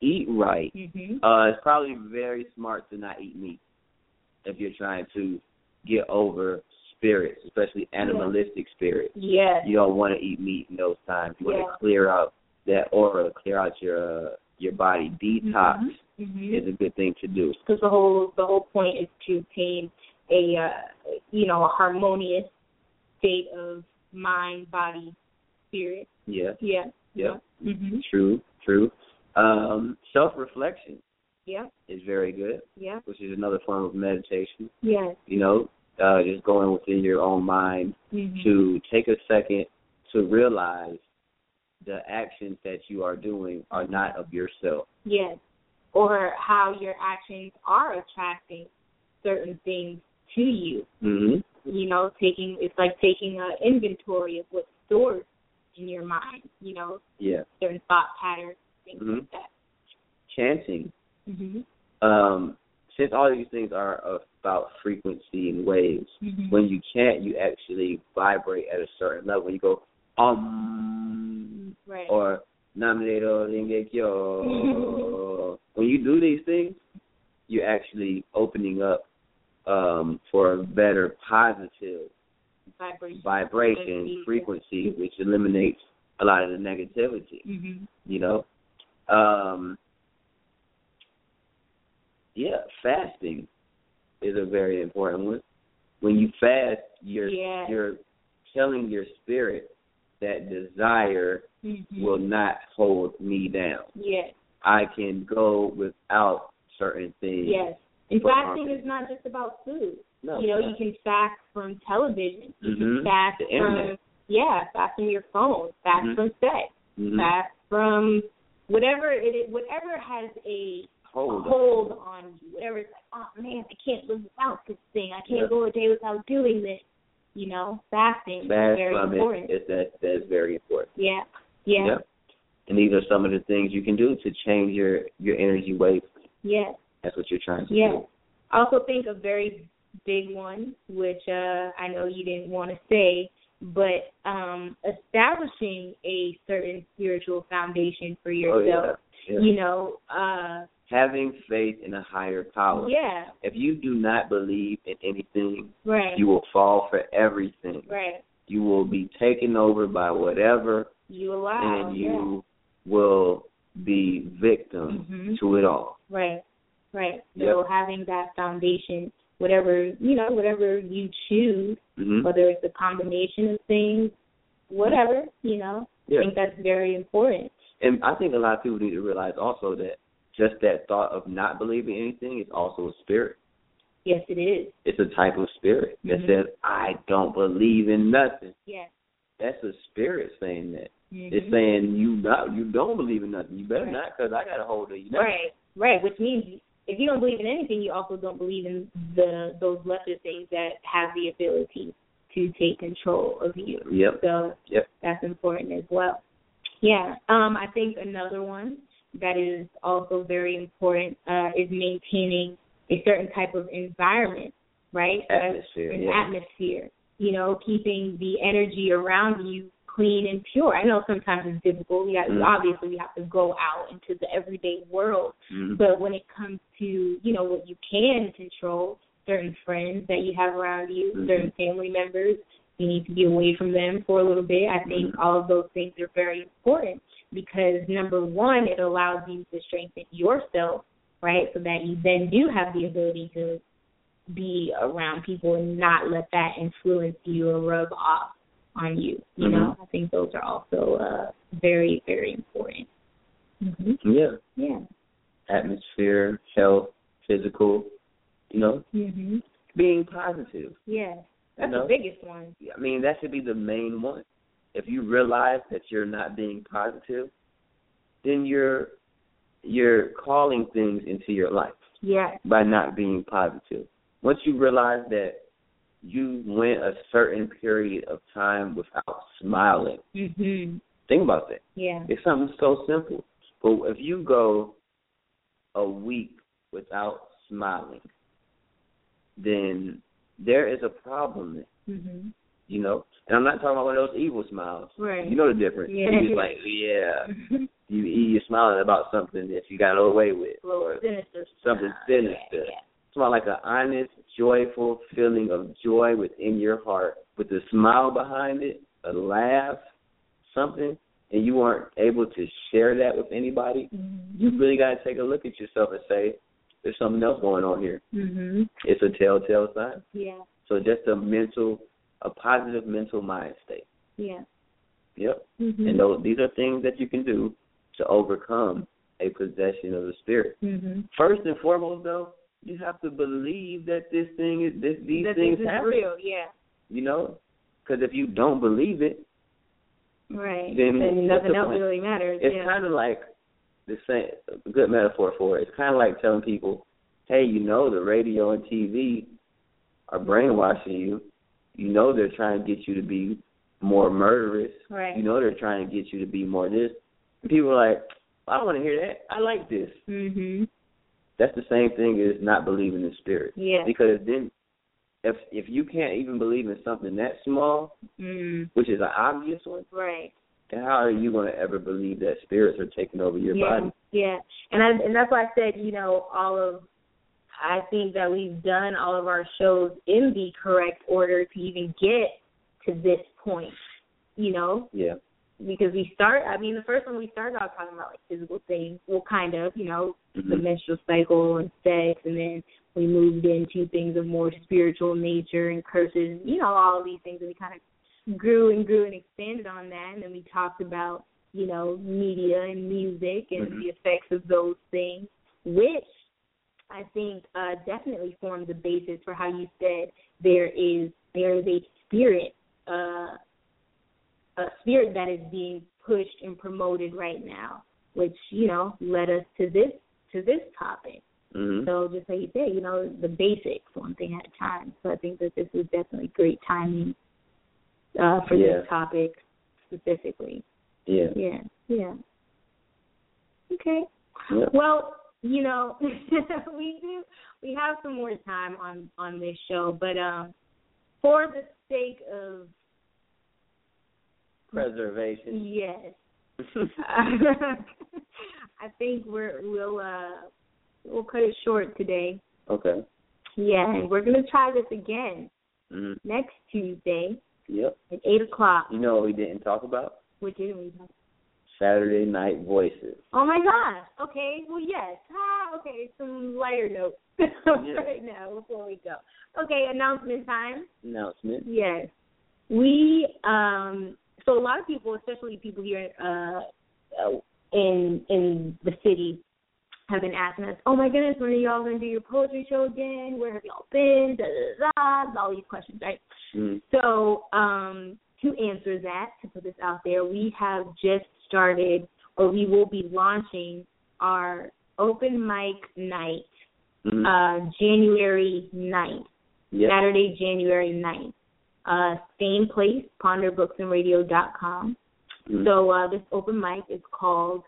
eat right.
Mm-hmm.
Uh, it's probably very smart to not eat meat if you're trying to get over spirits, especially animalistic spirits.
Yes.
You don't want to eat meat in those times. You want
Yeah.
to clear out that aura, clear out your uh, your body. Detox
Mm-hmm.
is a good thing to do.
because the whole the whole point is to obtain a uh, you know a harmonious state of mind, body, spirit.
Yeah.
Yeah.
Yeah.
Mhm.
True, true. Um, self reflection
Yeah.
is very good,
Yeah.
which is another form of meditation.
Yes.
You know, uh, just going within your own mind
Mhm.
to take a second to realize the actions that you are doing are not of yourself.
Yes. Or how your actions are attracting certain things to you.
Mm-hmm.
You know, taking it's like taking an inventory of what's stored in your mind. You know,
Yeah.
certain thought patterns, things like
Mhm.
that.
Chanting.
Mhm.
Um, since all these things are about frequency and waves,
Mhm.
when you chant, you actually vibrate at a certain level. You go, um,
Right.
or Naminator Dengekyo. when you do these things, you're actually opening up um, for a better positive
Vibration.
vibration frequency, which eliminates a lot of the negativity,
Mhm.
you know? Um, yeah, fasting is a very important one. When you fast, you're
Yeah.
you're telling your spirit that desire
Mhm.
will not hold me down.
Yes,
I can go without certain things.
yes. And
But-
fasting is not just about food.
No.
you know, you can fast from television. You can
Mhm.
fast
The
from
internet.
yeah, fast from your phone, fast
Mhm.
from sex,
Mhm.
fast from whatever it is, whatever has a
Hold on.
hold on you. Whatever it's like, oh man, I can't live without this thing. I can't
Yeah.
go a day without doing this. You know, fasting is
Fast
very
from
important.
it. It's that that's very important.
Yeah, yeah,
Yep. And these are some of the things you can do to change your your energy wave.
yeah.
That's what you're trying to
Yes.
do.
I also think a very big one, which uh, I know you didn't want to say, but um, establishing a certain spiritual foundation for
Oh
yourself.
yeah. yeah.
You know, uh,
Having faith in a higher power.
yeah,
If you do not believe in anything,
right,
you will fall for everything.
right.
You will be taken over by whatever
You allow,
and you will be
yeah.
victim
hmm
to it all.
Right, right. So having that foundation, whatever you know, whatever you choose,
Mm-hmm.
whether it's a combination of things, whatever you know, I
Yeah.
think that's very important.
And I think a lot of people need to realize also that just that thought of not believing anything is also a spirit.
Yes, it is.
It's a type of spirit that
Mhm.
says, I don't believe in nothing.
Yes.
That's a spirit saying that. It's
Mhm.
saying you not you don't believe in nothing. You better
Right.
not 'cause I got a hold of you.
Right, right. Which means if you don't believe in anything, you also don't believe in the those lesser things that have the ability to take control of you.
Yep.
So
Yep.
that's important as well. Yeah. Um, I think another one that is also very important uh, is maintaining a certain type of environment, right? A
Atmosphere.
an
Yeah.
atmosphere. You know, keeping the energy around you clean and pure. I know sometimes it's difficult. We got
Mm.
obviously we have to go out into the everyday world,
Mhm.
but when it comes to you know what you can control, certain friends that you have around you,
Mhm.
certain family members, you need to be away from them for a little bit. I think
Mhm.
all of those things are very important because number one, it allows you to strengthen yourself, right, so that you then do have the ability to be around people and not let that influence you or rub off on you. You
Mhm.
know, I think those are also uh, very, very important. hmm
Yeah.
Yeah.
Atmosphere, health, physical, you know,
hmm
being positive.
Yeah, that's
you know?
the biggest one.
I mean, that should be the main one. If you realize that you're not being positive, then you're you're calling things into your life
Yeah,
by not being positive. Once you realize that you went a certain period of time without smiling,
hmm
think about that.
Yeah,
It's something so simple. But if you go a week without smiling, then there is a problem there
hmm
you know. And I'm not talking about one of those evil smiles.
Right.
You know the difference.
Yeah.
You just like, yeah, you you're smiling about something that you got away with, or
sinister.
something
stuff.
sinister.
Yeah,
it's about like an honest, joyful feeling of joy within your heart, with a smile behind it, a laugh, something, and you aren't able to share that with anybody.
yeah.
You really got to take a look at yourself and say, there's something else going on here.
hmm
It's a telltale sign.
Yeah,
So just a mental, a positive mental mind state.
yeah.
Yep.
hmm
And those, these are things that you can do to overcome a possession of the spirit.
hmm
First and foremost, though, you have to believe that this thing is this these
that
things
this is
happen.
real. Yeah,
You know, because if you don't believe it,
right.
Then what's
nothing
the
else
point?
really matters.
it's
yeah.
kind of like the same. A good metaphor for it. It's kind of like telling people, "Hey, you know, the radio and TV are brainwashing you. You know, they're trying to get you to be more murderous.
right.
You know they're trying to get you to be more this. And people are like, I don't want to hear that. I like this.
hmm
That's the same thing as not believing in spirit.
Yeah.
Because then, if if you can't even believe in something that small,
Mm.
which is an obvious one,
Right.
then how are you going to ever believe that spirits are taking over your
yeah,
body?
Yeah, and I and that's why I said you know all of I think that we've done all of our shows in the correct order to even get to this point. You know,
Yeah.
because we start. I mean, the first one we started out talking about like physical things. Well, kind of. You know, the
Mhm.
menstrual cycle and sex, and then we moved into things of more spiritual nature and curses. You know, all of these things, and we kind of grew and grew and expanded on that. And then we talked about you know media and music and
Mhm.
the effects of those things, which I think uh, definitely form the basis for how you said there is there is a spirit, uh, a spirit that is being pushed and promoted right now, which you know led us to this to this topic.
Mhm.
So just like you said, you know the basics, one thing at a time. So I think that this is definitely great timing uh, for
Yeah.
this topic specifically.
Yeah.
Yeah, yeah. Okay.
Yeah.
Well, you know, we do we have some more time on on this show, but um for the sake of
Preservation.
yes, I think we're we'll uh we'll cut it short today.
okay.
Yeah, and we're gonna try this again
Mhm.
next Tuesday
Yep.
at eight o'clock.
You know what we didn't talk about?
Which is we
Saturday night voices.
Oh my gosh. Okay. Well, yes. Ah, okay. Some lighter notes right now before we go. Okay. Announcement time.
Announcement.
Yes. We um. So a lot uh, of people, especially people here uh, in in the city, have been asking us, "Oh my goodness, when are y'all gonna do your poetry show again? Where have y'all been?" Da da da. da all these questions, right?
Mm.
So, um, to answer that, to put this out there, we have just started, or we will be launching our open mic night,
Mm.
uh, January 9th,
Yep.
Saturday, January 9th. Uh, same place, ponderbooksandradio.com.
Mm.
So uh, this open mic is called,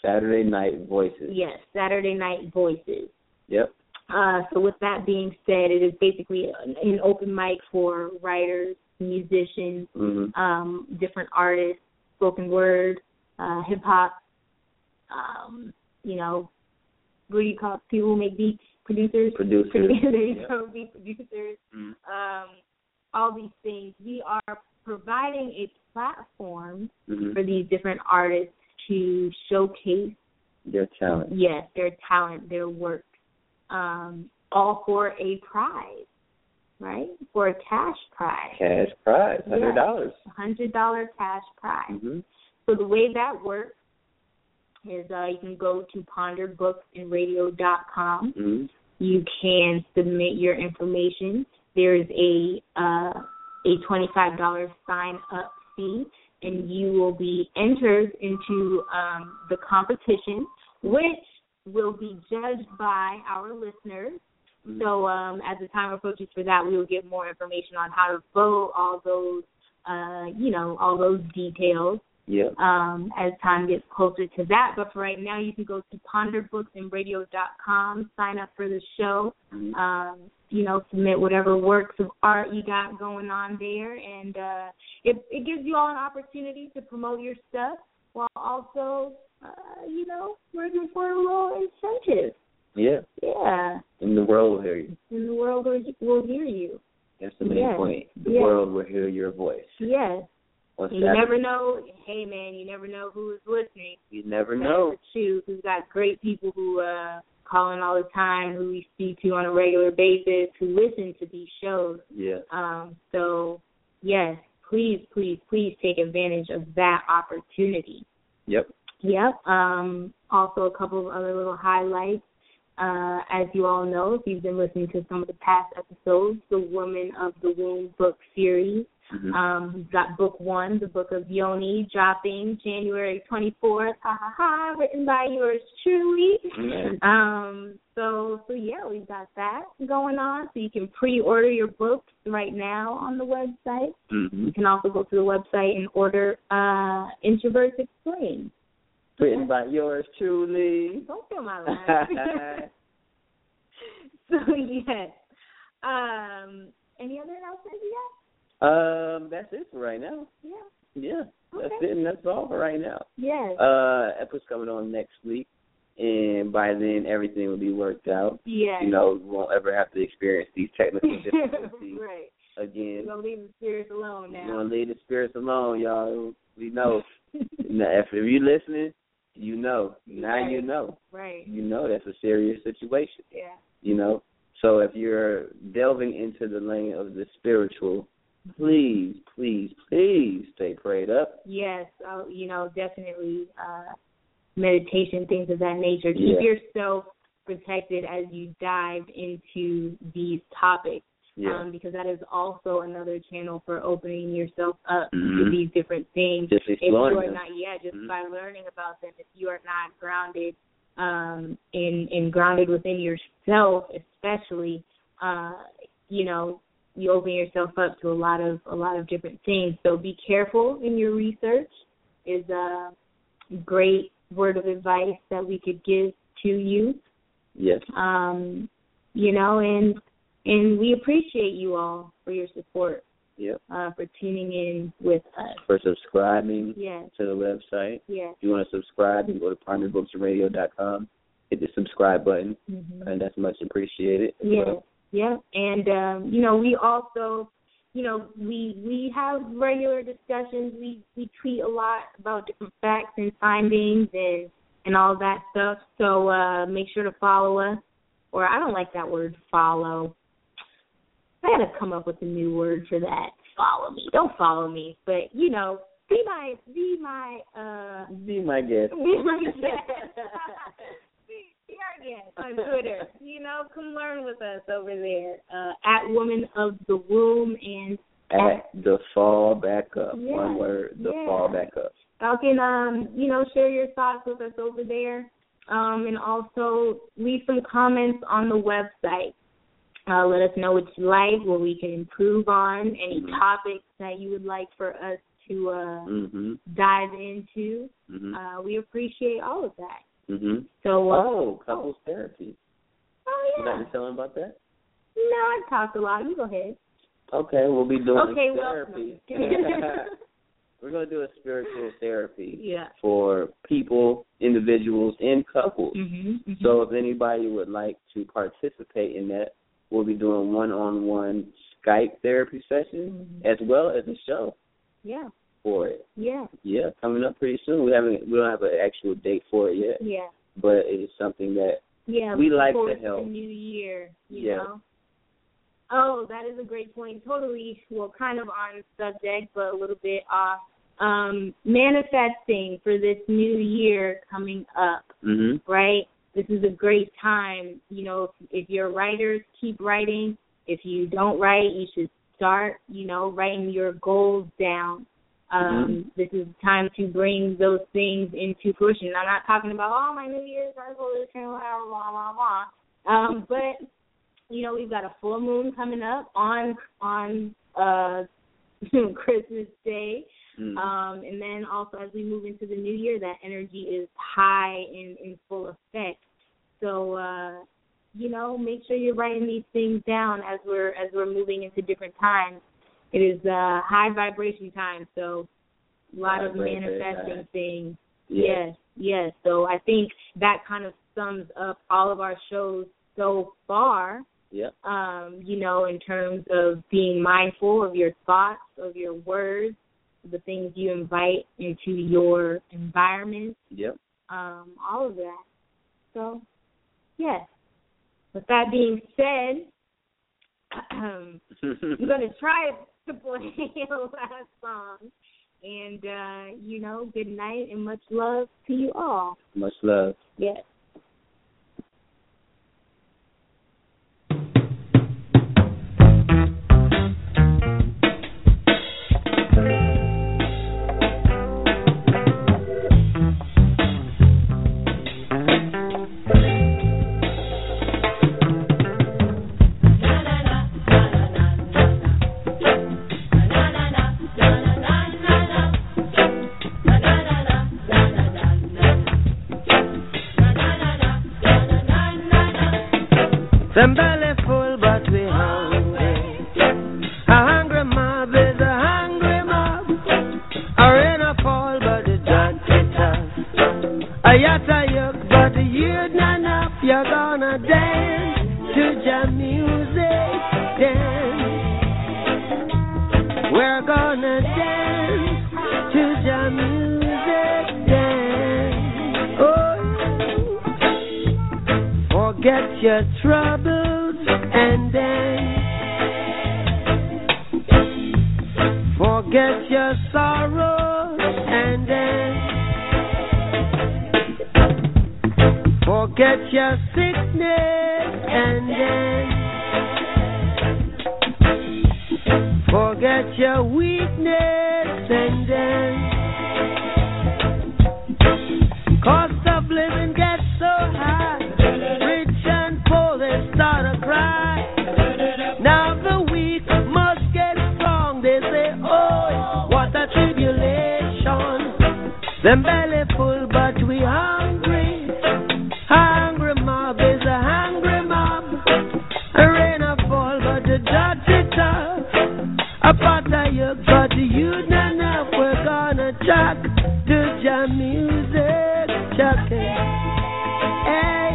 Saturday night voices.
yes, Saturday Night Voices.
Yep.
Uh, so with that being said, it is basically an, an open mic for writers, musicians,
Mhm.
um, different artists, spoken word, uh, hip hop, um, you know, what do you call it? people who make beats, producers,
Producers.
there you
Yep.
go, beat producers,
Mm.
um, all these things. We are providing a platform
Mhm.
for these different artists to showcase
Their talent.
yes, their talent, their work, um, all for a prize, right? For a cash prize,
Cash prize,
Yes.
hundred dollars.
a hundred dollar cash prize.
Mhm.
So the way that works is uh, you can go to ponderbooksandradio.com.
Mhm.
You can submit your information. There's a uh, a twenty five dollar sign up fee, and you will be entered into um, the competition, which will be judged by our listeners.
Mhm.
So um, as the time approaches for that, we will get more information on how to vote, all those uh, you know, all those details
Yep.
um, as time gets closer to that. But for right now, you can go to ponderbooksandbradio.com, sign up for the show,
Mhm.
um, you know, submit whatever works of art you got going on there, and uh, it, it gives you all an opportunity to promote your stuff while also, uh, you know, working for a little incentive.
Yeah.
Yeah,
In the world will hear you.
and the world will, will hear you.
That's the main
Yes.
point. The
Yes.
world will hear your voice.
Yes,
On
and you
Saturday.
never know. Hey, man, you never know who is listening.
you never know.
Too. We've got great people who uh call in all the time, who we speak to on a regular basis, who listen to these shows.
Yeah.
Um, so yes, please, please, please take advantage of that opportunity.
Yep.
Yep. Um, also, a couple of other little highlights. Uh, as you all know, if you've been listening to some of the past episodes, the Woman of the Womb book series
Mhm.
um, we've got book one, the book of Yoni, dropping January 24th. Ha ha ha! Written by yours truly.
Mhm.
Um, so so yeah, we've got that going on. So you can pre-order your books right now on the website. You
Mhm.
can also go to the website and order uh, Introverts Explained.
Written by yours truly. Um,
Don't feel my life. so yes. Um, any other announcements yet?
um, that's it for right now.
Yeah.
Yeah. That's
Okay.
it and that's all for right now.
Yes.
Uh episode's coming on next week and by then everything will be worked out.
yes.
You know, we won't ever have to experience these technical difficulties
right. We're
again.
gonna leave the spirits alone
We're
now.
gonna leave the spirits alone, y'all. We know. now, if you listening, you know. Now you
Right.
know.
right.
You know that's a serious situation.
Yeah.
you know. So if you're delving into the lane of the spiritual, please, please, please stay prayed up.
Yes. Oh, you know, definitely uh meditation, things of that nature. Keep
Yeah.
yourself protected as you dive into these topics.
Yeah,
Um, because that is also another channel for opening yourself up to
Mhm.
these different things.
just
if you
exploring
are
them.
not yeah just
Mhm.
by learning about them if you are not grounded um in in grounded within yourself especially uh you know you open yourself up to a lot of a lot of different things so be careful in your research is a great word of advice that we could give to you
Yes,
um you know and and we appreciate you all for your support
yep.
uh for tuning in with us
For subscribing
yes
to the website,
yes
if you want to subscribe, you go to primarybooksandradio.com. Hit the subscribe button,
Mm-hmm.
and that's much appreciated. as
Yeah,
well.
yeah, and um, you know we also, you know we we have regular discussions. We we tweet a lot about different facts and findings and and all that stuff. So uh make sure to follow us. Or I don't like that word follow. I gotta come up with a new word for that. Follow me. Don't follow me, but you know, be my be my uh
Be my guest.
be my guest. Jurgens on Twitter. you know, come learn with us over there uh, at Woman of the Room and
At the fall back up.
Yeah,
One word, the
yeah.
fall back up.
y'all can um, you know share your thoughts with us over there, um, and also leave some comments on the website. Uh, let us know what you like, what we can improve on, any
Mhm.
topics that you would like for us to uh,
Mm-hmm.
dive into.
Mm-hmm.
Uh, we appreciate all of that.
mm-hmm.
So, uh,
Oh, couples therapy.
oh
You
yeah,
got to tell them about that?
no, I talked a lot. You go ahead.
Okay, we'll be doing
okay,
therapy.
well,
We're gonna do a spiritual therapy
yeah.
for people, individuals, and couples.
Mm-hmm.
So if anybody would like to participate in that, we'll be doing one-on-one Skype therapy sessions as well as a show
yeah,
for it.
yeah,
Yeah, coming up pretty soon. We haven't we don't have an actual date for it yet,
yeah,
but it's something that
yeah.
We like
before
to
it's
help.
The new year, you
Yeah.
know. Oh, that is a great point. Totally, well, kind of on subject, but a little bit off. Um, manifesting for this new year coming up.
mhm
right? This is a great time. You know, if, if you're writers, keep writing. If you don't write, you should start, you know, writing your goals down. Um, This is time to bring those things into fruition. I'm not talking about, oh, my New Year's resolution, blah, blah, blah, blah. Um, but, you know, we've got a full moon coming up on, on, uh, Christmas Day.
mm.
Um, and then also as we move into the new year, that energy is high and in full effect. So uh, you know, make sure you're writing these things down as we're as we're moving into different times. It is uh, high vibration time, so a lot of
Vibration
manifesting
time.
things.
yeah.
Yes, yes. So I think that kind of sums up all of our shows so far.
Yep.
Um, you know, in terms of being mindful of your thoughts, of your words, the things you invite into your environment,
Yep.
um, all of that. So, yes. With that being said, I'm gonna try to play your last song. And uh, you know, good night and much love to you all.
Much love.
Yes.
Some belly full, but we hungry. A hungry mob is a hungry mob. A rain a fall, but the don't hit us. A yacht a yuck, but the you'd not up. You're gonna dance to jam music, dance. We're gonna dance to jam music, dance. Oh. yeah. Forget your troubles and dance. Forget your sorrows and dance. Forget your sickness and dance. Forget your weakness and dance. Cost of living gets so high. Rich and poor, they start to cry. Now the weak must get strong. They say, Oh, what a tribulation. Them belly full, but we hungry. Hungry mob is a hungry mob. A rain or fall, but the judge is tough. A pot of yuck, but the youth not enough. We're gonna chuck to jam music, chucking. Hey,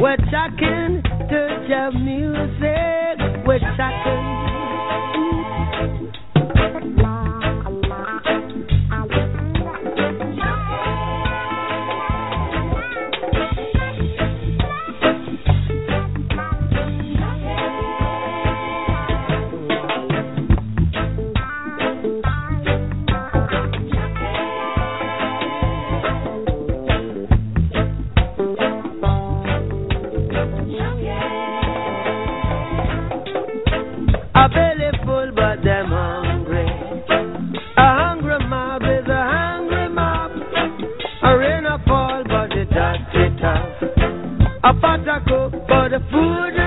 we're chucking to jam music, we're chucking. A belly full, but them hungry. A hungry mob is a hungry mob. A rain a fall, but it does it tough. A pot a cook, but the food